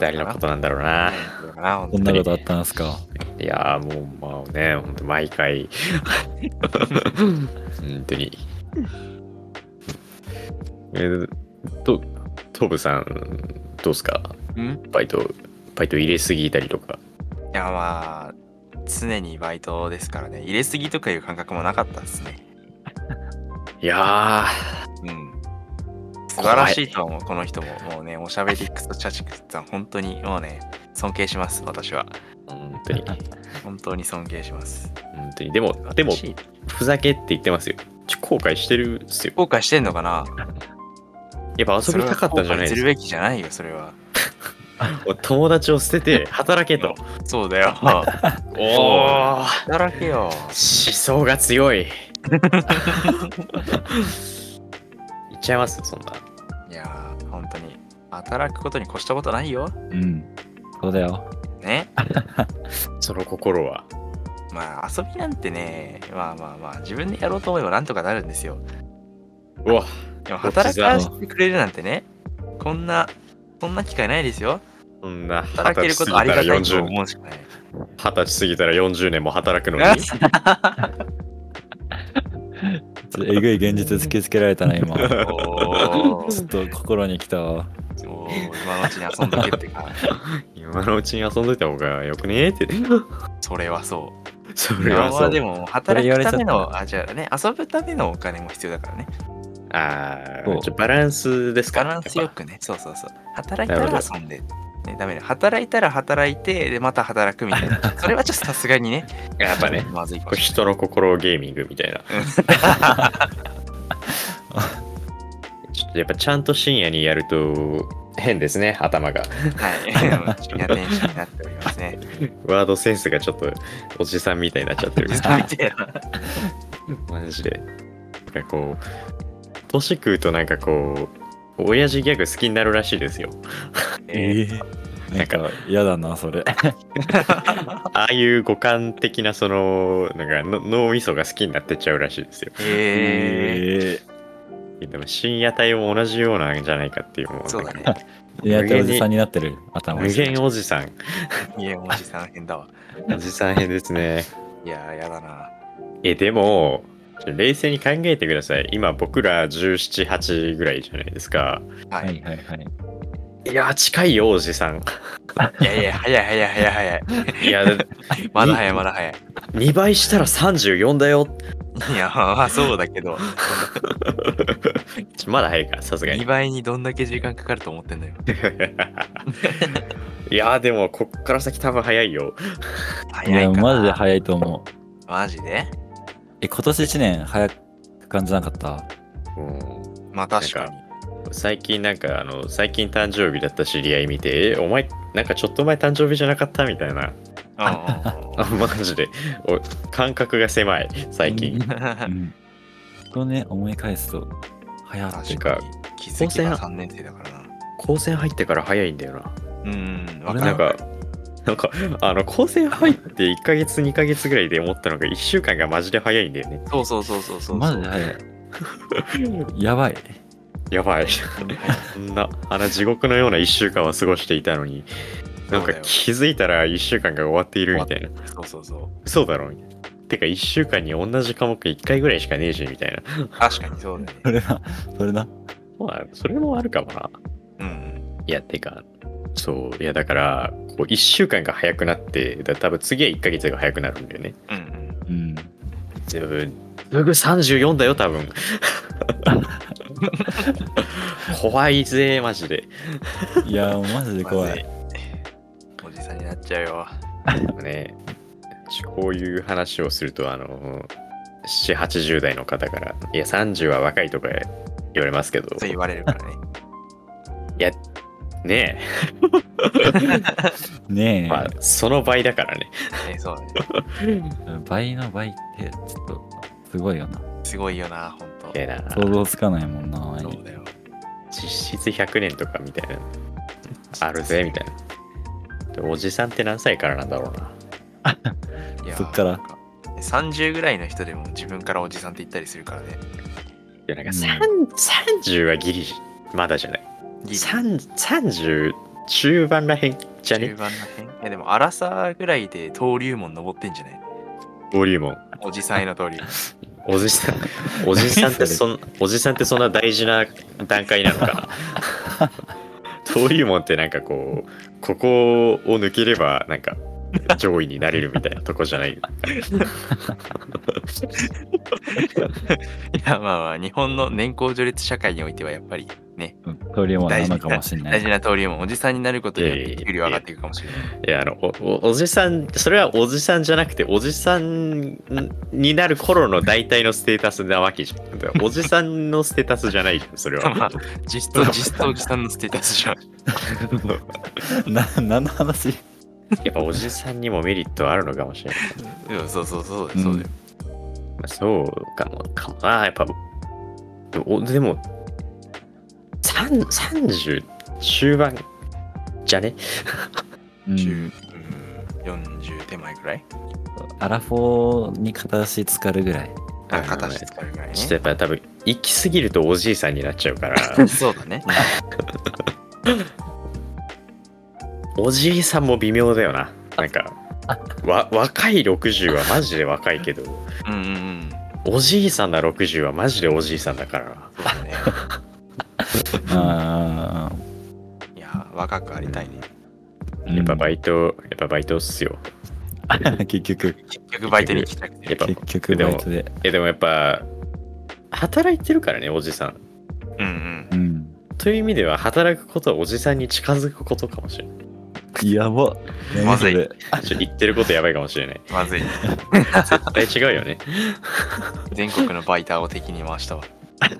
S1: 誰のことなんだろうな。
S2: そうだな、本当
S3: こん
S2: に
S3: なことあったんすか。
S1: いやーもう、まあね、本当毎回。 本当に。えー、と、トブさん、どうすか
S2: ん
S1: バイト、バイト入れすぎたりとか。
S2: いや、まあ、常にバイトですからね、入れすぎとかいう感覚もなかったですね。
S1: いや
S2: うん。素晴らしいと思う、この人も。もうね、おしゃべりクソチャチクさん、本当にもうね、尊敬します、私は。
S1: ー、本当に、
S2: 本当に尊敬します。
S1: 本当に。でも、でも、
S2: 私
S1: ふざけって言ってますよ。ちょ後悔してるっすよ。
S2: 後悔してんのかな
S1: やっぱ遊びたかったんじゃない
S2: それは後悔す
S1: で
S2: る
S1: す
S2: べきじゃないよ、それは。
S1: か。友達を捨てて働けと。
S2: そ うだよ。
S1: おお、
S2: だらけよ。
S1: 思想が強い。言っちゃいますそんな。
S2: いやー、本当に。働くことに越したことないよ。
S3: うん。そうだよ。
S2: ね。
S1: その心は。
S2: まあ、遊びなんてね、まあまあまあ、自分でやろうと思えばなんとかなるんですよ。
S1: うわ、
S2: でも、働かせてくれるなんてね、こんな、そんな機会ないですよ。
S1: そんな二
S2: 働け
S1: 十
S2: るこ
S1: 歳
S2: とあ
S1: 過ぎた
S2: りが
S1: ら
S2: たいと
S1: 40
S2: 思うしかない。
S1: 二十歳過ぎたら40年も働くのに。
S3: ちょえぐい現実突きつけられたな、 今。ち
S2: お
S3: ょ
S2: ー
S3: っと心に来たわ。
S2: おー、今のうちに遊んどけってか、
S1: 今のうちに遊んどいた方がよくねえって。
S2: それはそう。
S1: それ
S2: 今
S1: はそ
S2: はで
S1: う。
S2: も、
S3: れ
S2: 働
S3: 言
S2: く
S3: われちゃ
S2: た
S3: った
S2: めの、あ、じゃあね、遊ぶためのお金も必要だからね。
S1: あ
S3: そ
S1: あ、
S3: う
S1: ちょバランスですか
S2: バランスよくね、そうそうそう。働いた
S1: なる
S2: ら
S1: ほ
S2: 遊んで。ね、ダメだ働いたら働いて、で、また働くみたいな。それはちょっとさすがにね、
S1: やっぱね、
S2: まずいか
S1: こ
S2: も
S1: れ
S2: し
S1: 人の心をゲーミングみたいな。ちょっとやっぱちゃんと深夜にやると変ですね、頭が。
S2: れない。はい。深夜天使になっておりますね。
S1: ワードセンスがちょっとおじさんみたいになっちゃってる。
S2: みたいな。
S1: マジで。なんかこう、年食うとなんかこう、親父ギャグ好きになるらしいですよ。
S2: え
S3: えなんか嫌だな、それ。
S1: ああいう五感的なその、なんかの脳みそが好きになってっちゃうらしいですよ。
S2: え
S3: え
S1: でも深夜帯も同じようなんじゃないかっていう、も
S2: ー。そう
S1: な
S2: だ
S1: ん
S2: ね
S1: か。
S3: ー。やっておじさんになってる、頭。
S1: 無限おじさん。
S2: いや、おじさん変だわ。
S1: おじさん変ですね。
S2: いやー、やだな。
S1: え、でも、ちょ冷静に考えてください。今僕ら17、8ぐらいじゃないですか。
S2: は。
S3: はいいはいはい。
S1: いや、近いよ、おじさん。
S2: いやいや、早い早い早い早い。
S1: いや、
S2: まだ早いまだ早い。
S1: 2倍したら34だよ。
S2: いや、まあそうだけど、
S1: ちょまだ早いから、さすがに
S2: 2。倍にどんだけ時間かかると思ってんだよ。
S1: いやーでも、こっから先多分早いよ。
S3: い
S2: 早い
S3: や、
S2: かな。
S3: マジで早いと思う。
S2: マジで
S3: え、今年1年早く感じなかった
S1: うん
S2: まあ確かに。
S1: 最近なんか、あの、最近誕生日だった知り合い見て、え、お前、なんかちょっと前誕生日じゃなかったみたいな。
S2: うんうんう
S1: あ、マジで。お感覚が狭い、最近。
S3: うんん。これね、思い返すと、早っ
S2: 確
S3: て。
S2: かに。気づきが3年生だからな。
S1: 高専入ってから早いんだよな。
S2: うんうん、わ
S3: 俺
S2: か
S1: な
S2: る
S1: んか、なんか、あの、高専入って1ヶ月、2ヶ月ぐらいで思ったのが、1週間がマジで早いんだよね。
S2: そうそうそうそうそう。
S3: マジで早い。やばい。
S1: やばい。こんな、あの地獄のような1週間を過ごしていたのに、なん
S2: そう
S1: か
S2: だよ
S1: 気づいたら1週間が終わっているみたいな。
S2: そうそうそ
S1: そうだろみたいなてか1週間に同じ科目1回ぐらいしかねえし、みたいな。
S2: う。確かにそうだね。
S3: それな、それな。
S1: まあ、それもあるかもな。
S2: うん
S1: いや、てか、そう、いや、だから、こう1週間が早くなって、だ多分次は1ヶ月が早くなるんだよね。
S2: うん。うんうん。
S3: うん。
S1: すぐすぐ34だよ、多分。怖いぜ、マジで。
S3: いや、マジで怖い。
S2: おじさんになっちゃうよ。
S1: でもね、ちょこういう話をすると、あの、7、80代の方から、いや、30は若いとか言われますけど、
S2: そう言われるからね。
S1: ねえ、
S3: ね
S1: まあ、その倍だからね。
S2: ねそうね。
S3: え、倍の倍って、ちょっと、すごいよな。
S2: すごいよな、ほんと。
S1: いやな
S3: 想像つかないもんな。
S2: そうだよ。
S1: 実質100年とかみたいな、あるぜ、みたいな。でもおじさんって何歳からなんだろうな。
S2: いや
S3: そっから
S2: なん30ぐらいの人でも自分からおじさんって言ったりするからね。
S1: いや、なんか3 30はギリ、まだじゃない。
S2: ギリ
S1: 30 30中盤らへんじゃ
S2: 中
S1: ね
S2: 盤らへん。いやでも、荒さぐらいで登竜門登ってんじゃない
S1: ボリューム
S2: おじさんへの登竜門。
S1: おじさん おじさんってそんおじさんってそんな大事な段階なのかな登竜門ってなんかこうここを抜ければなんか上位になれるみたいなとこじゃない
S2: いや、まあまあ、日本の年功序列社会においてはやっぱりね、
S3: 通りもな
S2: 大事
S3: のかもしれな
S2: 大事
S3: い。
S2: な登竜門、おじさんになることによっ
S1: いやいや
S2: て
S1: いや
S2: 給料上がっていくかもしれない。
S1: いやあのおおおじさんそれはおじさんじゃなくておじさんになる頃の大体のステータスなわけじゃんだからおじさんのステータスじゃないじゃんそれ
S2: ま
S1: は
S2: あ、実 質、実質おじさんのステータスじゃん。
S3: な、何の話
S1: やっぱおじさんにもメリットはあるのかもしれない
S2: うんそうそうそうだよ、そうだよ。
S1: まあそうかも、かもな、やっぱ。でもおでも、3 30中盤じゃね
S3: うん
S2: 10うん、40手前ぐらい
S3: アラフォーに片足つかるぐらい。
S1: あ
S2: あ、
S1: の
S2: 形使うぐらい
S1: ちょっと
S2: ね。
S1: やっぱ多分、行き過ぎるとおじいさんになっちゃうから、
S2: そうだね。
S1: おじいさんも微妙だよな。なんか、わ若い60はマジで若いけど、
S2: うんうんうん。
S1: おじいさんな60はマジでおじいさんだからな。
S2: そう だね。
S3: あ
S2: いや、若くありたいね。
S3: あ。
S1: やっぱバイト、やっぱバイトっすよ。
S3: うん 結局、
S2: 結局バイトに行きたく。
S1: やってぱ、
S3: 結局
S1: で
S3: バ
S1: も
S3: イトで。
S1: えでもやっぱ、働いてるからね、おじさん。
S2: うんうん。
S3: うん。
S1: という意味では、働くことはおじさんに近づくことかもしれない。
S3: やば。
S2: まずい
S3: 何それ
S1: ちょ言ってることやばいかもしれない。
S2: まずい。
S1: 絶対違うよね。
S2: 全国のバイターを敵に回したわ。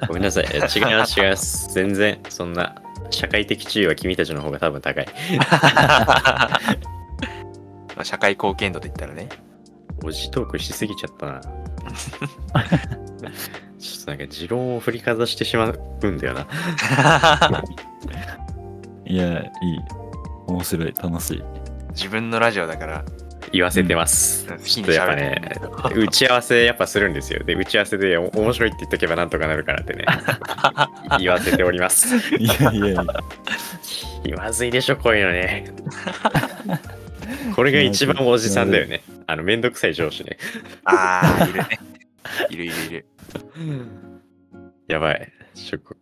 S1: ごめんなさい。え違います、違います。全然、そんな、社会的地位は君たちの方が多分高い。
S2: まあ社会貢献度で言ったらね。
S1: おじトークしすぎちゃったな。ちょっとなんか持論を振りかざしてしまうんだよな。
S3: いや、いい。面白い。楽しい。
S2: 自分のラジオだから、
S1: 言わせてます。
S2: 好
S1: ちょ
S2: きに
S1: っとやっ
S2: 喋
S1: ぱね
S2: ってる、
S1: 打ち合わせやっぱするんですよ。で、打ち合わせでお面白いって言っとけばなんとかなるからってね、言わせております。
S3: いやいやいや。
S1: 気まずいでしょこういうのねこれが一番おじさんだよねあのめんどくさい上司ね
S2: ああ、いる ね。いるいるいる。
S1: やばいちょこ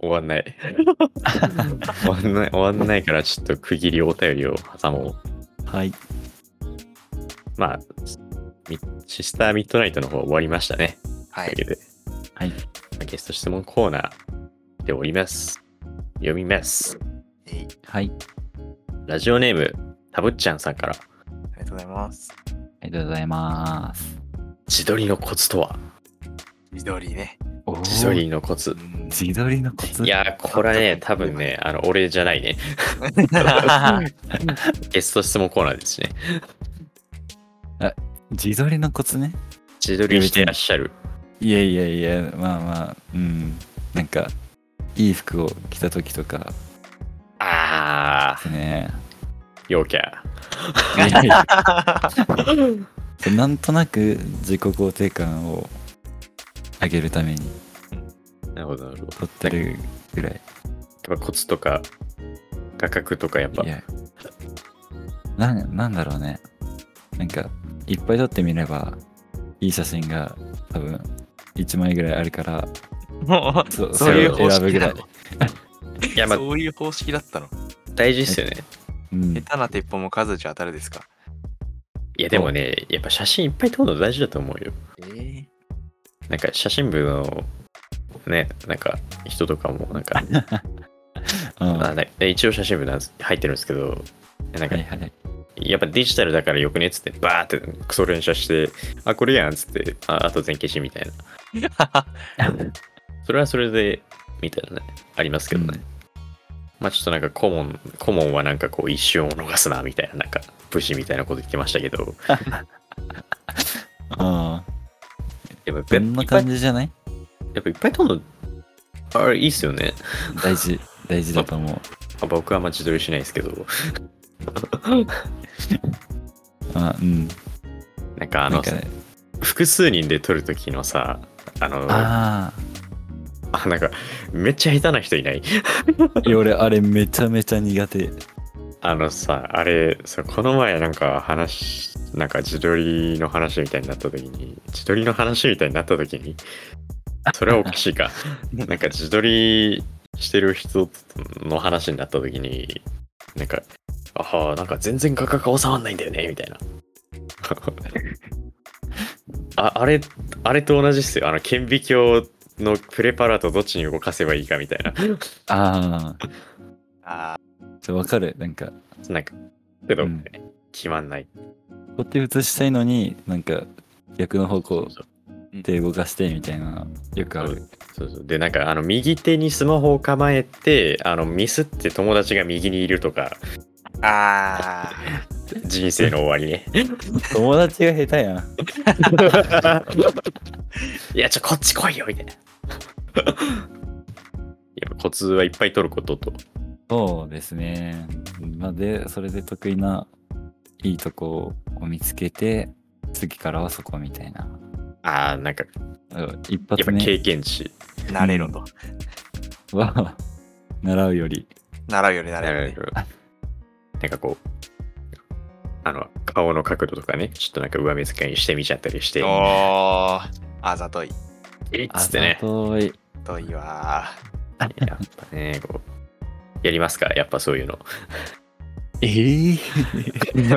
S1: 終わんない 終わんない終わんないからちょっと区切りお便りを挟もう
S3: はい。
S1: まあミシスターミッドナイトの方終わりましたね
S2: は
S1: というわ
S2: い
S1: け。で、
S3: はい。
S1: ゲスト質問コーナーでおります。読みます。
S2: えい
S3: はい。
S1: ラジオネーム、たぶっちゃんさんから、
S2: ありがとうございます。
S3: ありがとうございます。
S1: 自撮りのコツとは
S2: 自撮りね。
S3: おー
S1: 自撮。りのコ
S2: う
S1: ツ。
S2: ん
S3: 自撮りのコツ
S1: いやー、これはね、多分ね、あの、俺じゃ ないね。ゲスト質問コーナーですね。
S3: 自撮りのコツね。
S1: 自撮りしてらっしゃる。
S3: いやいやいや、まあまあ、うん。なんか、いい服を着た時とか
S1: あ
S3: です ね。
S1: ー、陽キャ。
S3: いやいやなんとなく自己肯定感を上げるために
S1: なるほど、なるほど。
S3: 撮ってるぐらい。
S1: やっぱコツとか、画角とか、やっぱ
S3: い、や、なんなんだろうね。なんか、いっぱい撮ってみれば、いい写真が多分、1枚ぐらいあるから、
S2: も、
S3: そう
S2: そういう
S3: れを
S2: 方
S3: 選ぶ
S2: 式
S3: ぐら
S2: ないの。。
S1: いや、まあ、
S2: そういう方式だったの。
S1: 大事っすよね。
S3: うん
S2: 下手な鉄砲も数じゃ当たるですか。
S1: いや、でもね、やっぱ写真いっぱい撮るの大事だと思うよ。
S2: えー、
S1: なんか、写真部の、ね、なんか、人とかも、なんか、
S3: うん
S1: まあね一応写真部なんです入ってるんですけど、なん
S3: は
S1: か
S3: い、はい。
S1: やっぱデジタルだからよくねっつって、バーってクソ連写して、あ、これやんっつって、ああと全消しみたいな。それはそれで、みたいなね、ありますけどね。まあちょっとなんか顧問、顧問はなんかこう一瞬を逃すな、みたいな、なんか、武士みたいなこと言ってましたけど、
S3: あ
S1: やっぱ
S3: あ、こ
S1: いっ
S3: んな
S1: ぱい
S3: 感、じじゃない
S1: やっぱいっぱい撮るの、あれいいっすよね。
S3: 大事、大事だと思う。
S1: まあ僕はあんま自撮りしないですけど、
S3: あうん。
S1: なんかあ
S3: なん
S1: の
S3: か、、ね、
S1: 複数人で撮るときのさ、あの、
S3: あ
S1: あなんか、めっちゃ下手な人いない
S3: あ、いや俺、あれめちゃめちゃ苦手。
S1: あのさ、あれ、そうこの前なんか話、なんか自撮りの話みたいになった時に、自撮りの話みたいになった時 に、それはおかしいか。なんか自撮りしてる人の話になった時に、なんか、ああ、なんか全然画角が収まんないんだよね、み たいな。ああれ、あれと同じっすよ。あの、顕微鏡のプレパラとどっちに動かせばいいかみたいな。
S3: ああ、
S2: あ
S3: そうわかる。なんか、
S1: なんか、けど、
S3: うん
S1: 決まんない。
S3: こって写したいのに、なんか、逆の方向
S1: そう
S3: で動かしてみたいな、よくある。
S1: そうそうでなんかあの右手にスマホを構えてあのミスって友達が右にいるとか
S2: ーあ
S1: 人生の終わり ね
S3: 友達が下手やん。
S1: いやちょこっち来いよみたいな いやコツはいっぱい取ることと
S3: そうですね。まあ、で、それで得意ないいとこを見つけて、次からはそこみたいな。
S1: あーなんか
S3: うん一
S1: やっ
S3: 発
S1: ぱ経
S3: 目
S1: 験値
S2: ー、慣れろと。
S3: は習うより。
S2: 習うより慣
S1: な
S2: れ
S1: ん
S2: る、ね。
S1: かこうあの顔の角度とかねちょっとなんか上目遣いにしてみちゃったりして
S2: おー、あざとい。
S1: えっつってね
S3: あ遠い。
S2: といわ
S1: やっぱねこうやりますかやっぱそういうの
S3: え ー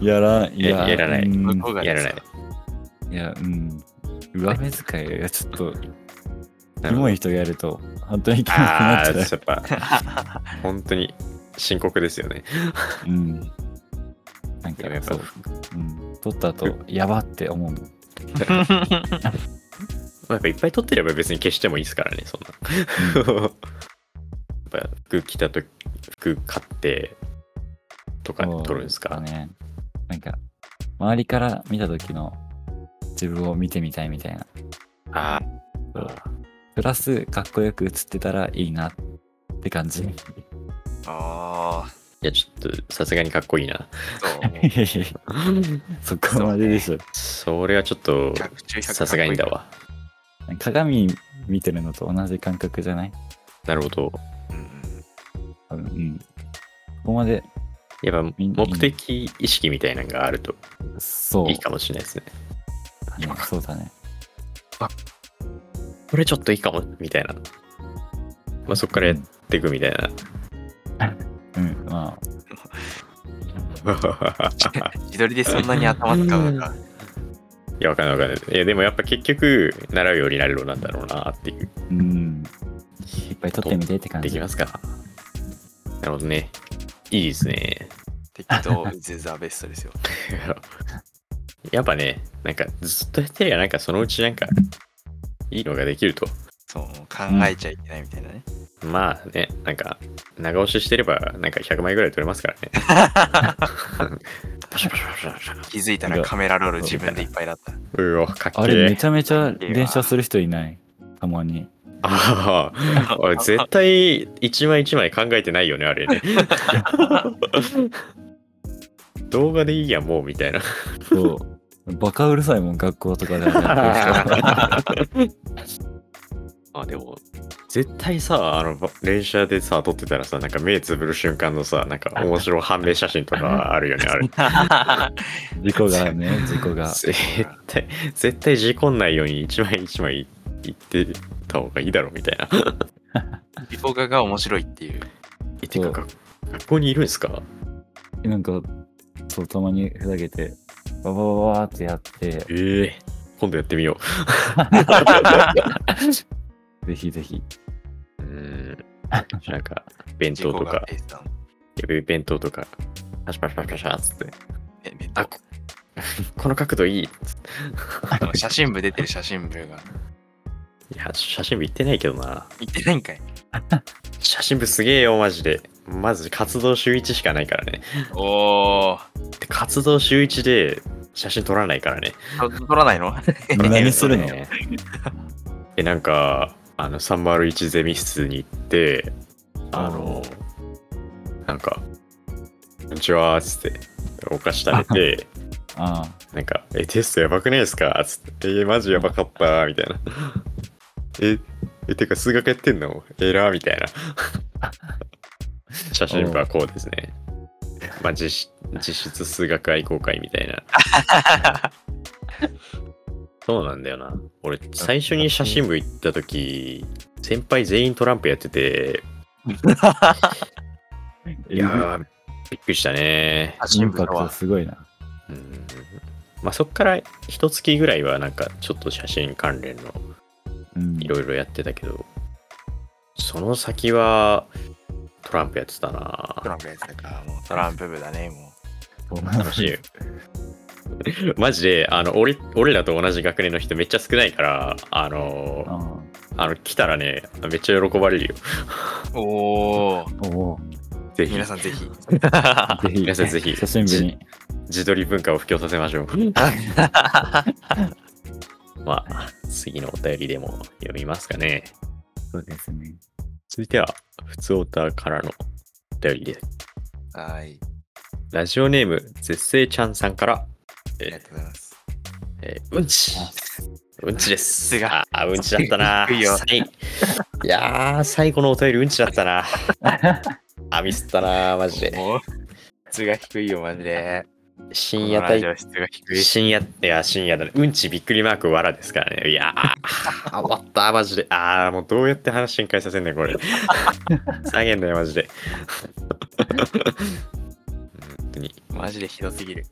S3: やらん。い
S1: ややらない
S3: うん
S2: ー。向こうが
S1: やらない
S3: いや、うん。上目遣いがちょっと、
S1: な
S3: キ
S1: るほど
S3: モい人がやると、本当にキモく
S1: あ
S3: なっ
S1: あ、
S3: ちゃ
S1: やっぱ、本当に深刻ですよね。
S3: う。うん。なん
S1: でもや
S3: か、
S1: っぱ
S3: そう。うん。撮った後、やばって 思うもん。
S1: まあやっぱいっぱい撮ってれば別に消してもいいですからね、そんな。 やっぱ服着たとき、服買ってとかで撮るんです
S3: そ
S1: か
S3: うね。なんか、周りから見た時の自分を見てみたいみたいな。
S1: あ
S3: そうプラス、かっこよく映ってたらいいなって感 じ。い
S2: ー。おー、
S1: いや、ちょっとさすがにかっこいいな。
S2: そう。
S3: やいやいやそこまででしょ。
S1: それはちょっと、
S2: 100中100
S1: さすがにだ。わ。
S3: 鏡見てるのと同じ感覚じゃない
S1: なるほど。
S2: かっこいいうんうん
S3: 多分うん。ここまで、
S1: やっぱ目的意識みたいなのがあると
S3: そう。
S1: いいかもしれないですね。
S3: ねそうだね。
S1: これちょっといいかも、みたいな。まあそこからやっていくみたいな。
S3: うん、ま
S2: 自撮りでそんなに頭使うのか。
S1: いや、わかんないわかんない。いや、でもやっぱ結局、習うようになるようになったろうなっていう。
S3: うん。いっぱい撮ってみてって感
S1: で
S3: じ。
S1: きますかなるほどね。いいですね。
S2: 適当 is the best ですよ。
S1: やっぱね、なんかずっとやってりゃ、なんかそのうちなんか、いいのができると。
S2: そう、もう考えちゃいけないみたいなね。
S1: まあね、なんか、長押ししてれば、なんか100枚ぐらい取れますからね。 パシャパシャパシャパシャ。
S2: 気づいたらカメラロール自分でいっぱいだった。
S1: うわ、かっけえ。
S3: あれ、めちゃめちゃ連写する人いないたまに。
S1: ああ、俺絶対一枚一枚考えてないよね、あれ ね。動画でいいや、もうみたい な。
S3: そう。バカうるさいもん、学校と かで。
S1: あでも、絶対さ、あの、ば連写でさ、撮ってたらさ、なんか目つぶる瞬間のさ、なんか面白判明写真とかあるよね、あれ。
S3: 事故が ね、事故が。
S1: 絶対、絶対事故んないように一枚一枚言ってた方がいいだろうみたい な。
S2: リポガが面白いっていう。
S1: え、てか、学学校にいるんすか
S3: なんか、そう、たまにふざけて、バババババーってやって、
S1: ええ今度やってみよう。
S3: ぜひぜひ。
S1: うーん。なんか、弁当とか、
S2: 自己が A さん
S1: 弁当とか、パシャパシャパシャパシャっつって、
S2: えめっち
S1: あ
S2: ゃ
S1: ここの角度いいっつっ
S2: あの写真部出てる写真部が。
S1: て。いや、写真部行ってないけどな。
S2: 行ってないんかい。
S1: 写真部すげえよ、マジで。まず活動週1しかないからね。
S2: おお。
S1: で活動週1で写真撮らないからね。
S2: と撮らないの
S3: 何するの
S1: ねえ、なんか、あの、301ゼミ室に行って、あの、なんか、こんにちはっつって、お菓子食べて、
S3: あ
S1: なんか、え、テストやばくないですかつって、え、マジやばかった、みたいな。 え、え、てか数学やってんのえら、みたいな。 写真部はこうですね。まあ、実実質数学愛好会みたいな。そうなんだよな。俺、最初に写真部行った時、先輩全員トランプやってて、
S3: あ。
S1: いやー、びっくりしたね。
S2: 写
S3: イ
S2: 真
S3: ン
S2: 部
S3: パクト
S2: は。
S3: すごいな。
S1: うんまあ、そこから一月ぐらいはなんかちょっと写真関連の
S3: うん
S1: いろいろやってたけどその先はトランプやってた
S2: ト
S1: な
S2: ランプやつだから、もうトランプ部だね、も
S1: 楽しい マジであの俺俺らと同じ学年の人めっちゃ少ないからあの
S3: あ
S1: あの来たらねめっちゃ喜ばれるよ
S2: う。おお。
S3: あおお。
S1: ぜひ
S2: 皆さんぜひ。
S3: ぜ ひ、
S1: 皆さんぜひ
S3: 写真部に。
S1: 自撮り文化を布教させましょう まあ次のお便りでも読みますかね
S3: そうですね。
S1: 続いては、ふつおたからのお便りです。
S2: はい。
S1: ラジオネーム、絶世ちゃんさんから、
S2: ありがとうございます。
S1: えーうんち。うんちです。
S2: すが
S1: あーうんちだったな。
S2: 低いよ
S1: 最いやー、最後のお便り、うんちだった な。あ、ミスったな、マジで。
S2: もう質が低いよ、マジで。
S1: 深夜帯
S2: このラジオは質が低い。
S1: 深夜、いや、深夜だね。うんちびっくりマークわらですからね。いやー、終わった、マジで。あー、もうどうやって話展開させんねん、 これ。下げんだよ、マジで。本当に。
S2: マジでひどすぎる。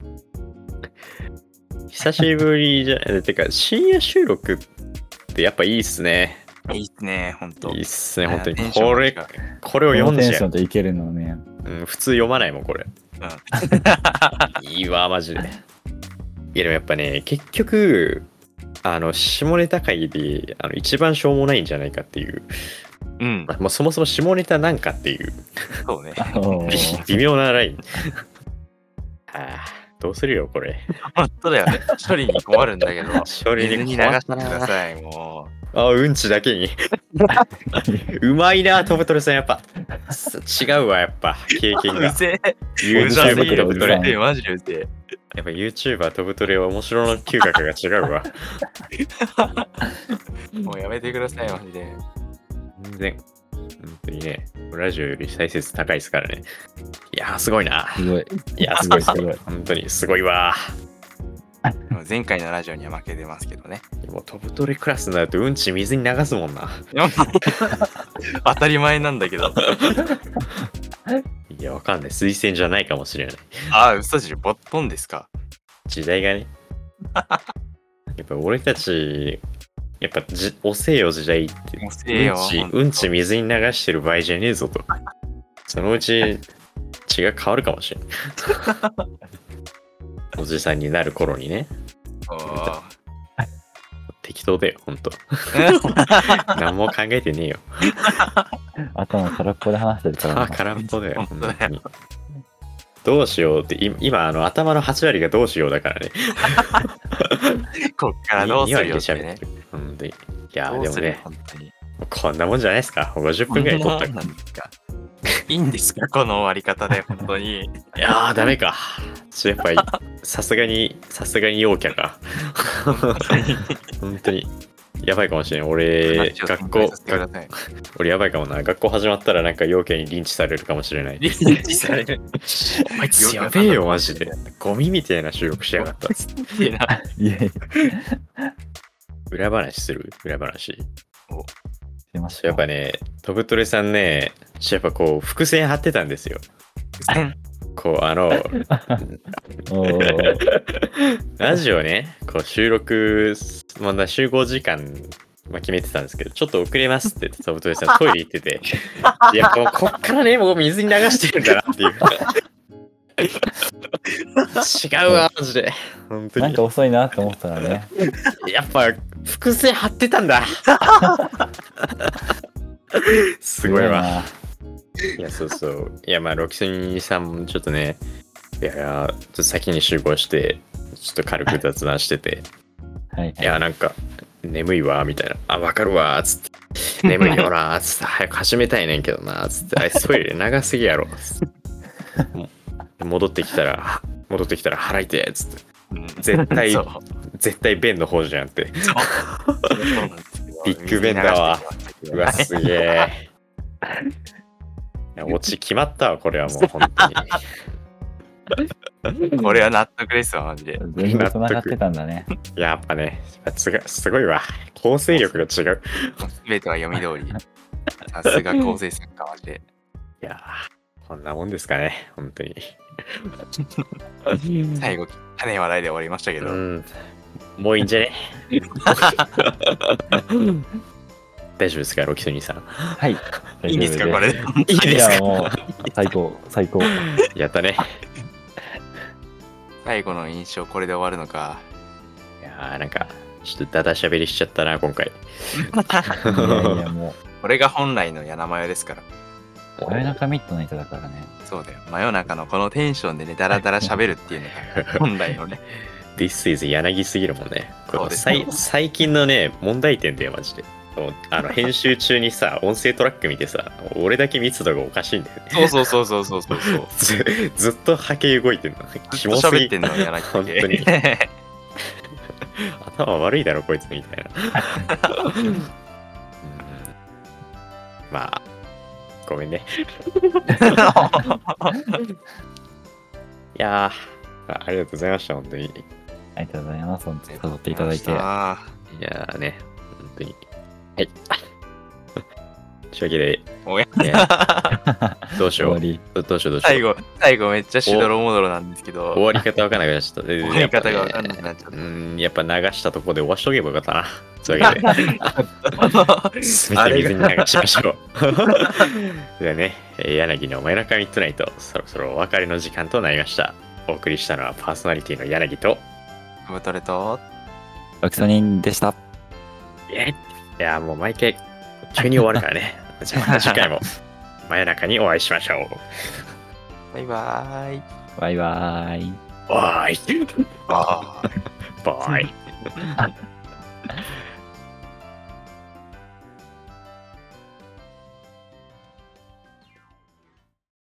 S1: 久しぶりじゃ、えてか、深夜収録ってやっぱいいっすね。
S2: いいっすね、ほんと。
S1: いいっ
S2: す
S1: すね、本当に。これ、
S2: う
S1: これを
S3: こ
S1: 読
S3: の
S1: ん
S3: テン
S1: じゃ
S3: ショ
S1: う
S3: ン。でいけるのね。
S1: うん、普通読まないもん、これ。
S2: ん。
S1: いいわ、マジで。いや、でもやっぱね、結局、あの、下ネタ会で、あの、一番しょうもないんじゃないかっていう。
S2: うん
S1: ま。あ、もうそもそも下ネタなんかっていう、
S2: そうね。
S3: お
S1: び
S3: ー
S1: 微妙なライン。はあ、どうするよ、こ れ。
S2: 本当だよね。処理に困るんだけど。
S1: 処理
S2: 水
S1: に
S2: に流
S1: 困っ
S2: して
S1: た
S2: くだ
S1: な。
S2: さい、も
S1: あ、うんちだけに。 うまいな、トブトルさん、やっぱ。す違うわ、やっぱ、経
S2: う。
S1: 験が。
S2: せえ。うざす
S1: YouTube
S2: ぎ
S1: と
S2: る。
S1: トブトレ。
S2: うぜえマジでうぜ
S1: やっぱ YouTuber トブトレは面白の嗅覚が違うわ。
S2: え。もうやめてください、マジで。
S1: 全然。本当にね、ラジオより再生数高いですからね。いやー、すごいな。
S3: すごい。
S1: いやー、す
S3: す
S1: ごい
S3: ごい、
S1: す
S3: す
S1: ごい。
S3: ごい。
S1: 本当にすごいわ。
S2: もう前回のラジオには負けてますけどね。
S1: でもトブトレクラスになるとうんち水に流すもんな。
S2: 当たり前なんだけど。
S1: いや、わかんない。推薦じゃないかもしれない。
S2: ああ、嘘じゃ、ボットンですか。
S1: 時代がね。やっぱ俺たち、やっぱじ遅えよ時代って。
S2: もうせえ
S1: うん
S2: よ。
S1: ち
S2: ほ、と
S1: うんち水に流してる場合じゃねえぞと。そのうち血が変わるかもしれ ない。おじさんになる頃にね、
S2: おー
S1: 適当だよ、ほんと。何も考えて ねえよ。
S3: 頭空っぽで話して るから
S1: あ、
S3: な。
S1: 空っぽだよ、
S2: ほ
S1: ほ
S2: ん
S1: ん
S2: とだよ
S1: とに。どうしようって、い今、あの、頭の8割がどうしようだからね。
S2: こっからどうする
S1: で
S2: よって
S1: 喋
S2: ね
S1: って。る。ほんとにいや
S2: ど
S1: ー、
S2: う
S1: でも
S2: するよ
S1: ね、
S2: 本当に。
S1: こんなもんじゃないですか。50分ぐらい撮ったから。
S2: いいんですかこの終わり方で、本当に。
S1: いやー、ダメか。ちょっとやっ ぱ、さすがに、さすがに陽キャか。本当に。やばいかもしれん。俺、
S2: 話を
S1: 学
S2: 展開
S1: 校
S2: させ、てください
S1: 学俺やばいかもな。学校始まったらなんか陽キャにリンチされるかもしれない。
S2: リンチされる。
S1: お前やべえよ、マジで。ゴミみたいな収録しやがった。
S2: いいな。
S3: いやいや、
S1: 裏話する裏話。
S3: 出ました。
S1: やっぱね、トブトレさんね、やっぱこう、伏線張ってたんですよ。こう、あの、
S3: おー
S1: ラジオね、こう収録、まあ、集合時間、まあ、決めてたんですけど、ちょっと遅れますって言って、サブトレさんトイレ行ってて、いや、もうこっからね、もう水に流してるんだなっていう。違うわ、マジで。本当
S3: なん
S1: に
S3: か。遅いなと思ったらね。
S1: やっぱ、複製貼ってたんだ。 すごいわ。
S3: な。
S1: いや、そうそう。いや、まあ、ロキソニさんもちょっとね、いやいや、ちょっと先に集合して、ちょっと軽く雑談してて、
S3: はいはい
S1: いや、なんか、眠いわ、みたいな。あ、わかるわ、つって。眠いよな、つって。早く始めたいねんけどな、つって。あいつトイレ長すぎやろ。つっても戻ってきたら、戻ってきたら払いてえ、つって。
S2: うん
S1: 絶対
S2: そう
S1: 絶対便の方じゃんって。
S2: そうなんですよ
S1: ビッグベンだわうわ、すげえ。いやオチ決まったわ、これはもう、本当に。
S2: これは納得ですわ、マジで。
S3: 全部繋がってたんだね。
S1: やっぱね、やっぱすがすごいわ。構成力が違う。
S2: 全ては読み通り。さすが構成作家、マジで。
S1: いやー、こんなもんですかね、本当に。
S2: 最後、汚い話題で終わりましたけ
S1: う
S2: ど。
S1: ん、もういいんじゃね 大丈夫ですか、ロキソニーさん。
S3: はい。
S2: いいんですか、これで。
S1: いい
S3: い
S1: です
S3: や、
S1: か
S3: もう、最高、最高。
S1: やったね。
S2: 最後の印象、これで終わるのか。
S1: いやー、なんか、ちょっとダダしゃべりしちゃったな、今回。
S3: いや いや、も
S2: これが本来の柳マヨですから。
S3: う、真夜中ミッドナイトだからね。
S2: そうだよ。真夜中のこのテンションでね、ダラダラ喋るっていうのが、本来 のね。
S1: This is 柳すぎるもんね。
S2: そう
S1: こ
S2: です
S1: 最最近のね、問題点だよ、マジで。もうあの編集中にさ、音声トラック見てさ、俺だけ密度がおかしいんだよね。
S2: そうそうそうそうそうそうそう。
S1: ずずっと波形動いてるの。キ
S2: ずっと
S1: モす
S2: 喋
S1: ぎ
S2: ってんの、柳
S1: 本当に
S2: 家。
S1: 頭悪いだろこいつみた いなうんまあごめんねいやーあありがとうございました本当にい
S3: ありがとうございます。本当に誘っていただいて。は
S2: あ
S1: やーね本当にはい というわけで
S2: ーおや
S1: いやどうし
S3: 終
S1: よ
S3: わ
S1: う
S3: り。
S1: どどうしようどうしよう
S2: 最後、最後めっちゃしどろもどろなんですけ
S1: 終
S2: ど、
S1: わり方わからなくなっちゃった終
S2: 終わり方がわかんなくなっちゃっ
S1: う ーんやっぱ流したとこで終わしとけばよかったな。そういうわけで。すべて水に流しましょう。 ではね、えー柳の真夜中ミッドナイト、そろそろお別れの時間となりました。お送りしたのはパーソナリティの柳と、
S2: た。ボトルと、
S3: ロキソニンでした。
S1: えいや、もう毎回、急に終わるからね。じゃあ、次回も真夜中にお会いしましょう。
S2: バイバーイ。
S3: バイバーイ。
S1: バイ。
S2: ああ。
S1: バイ。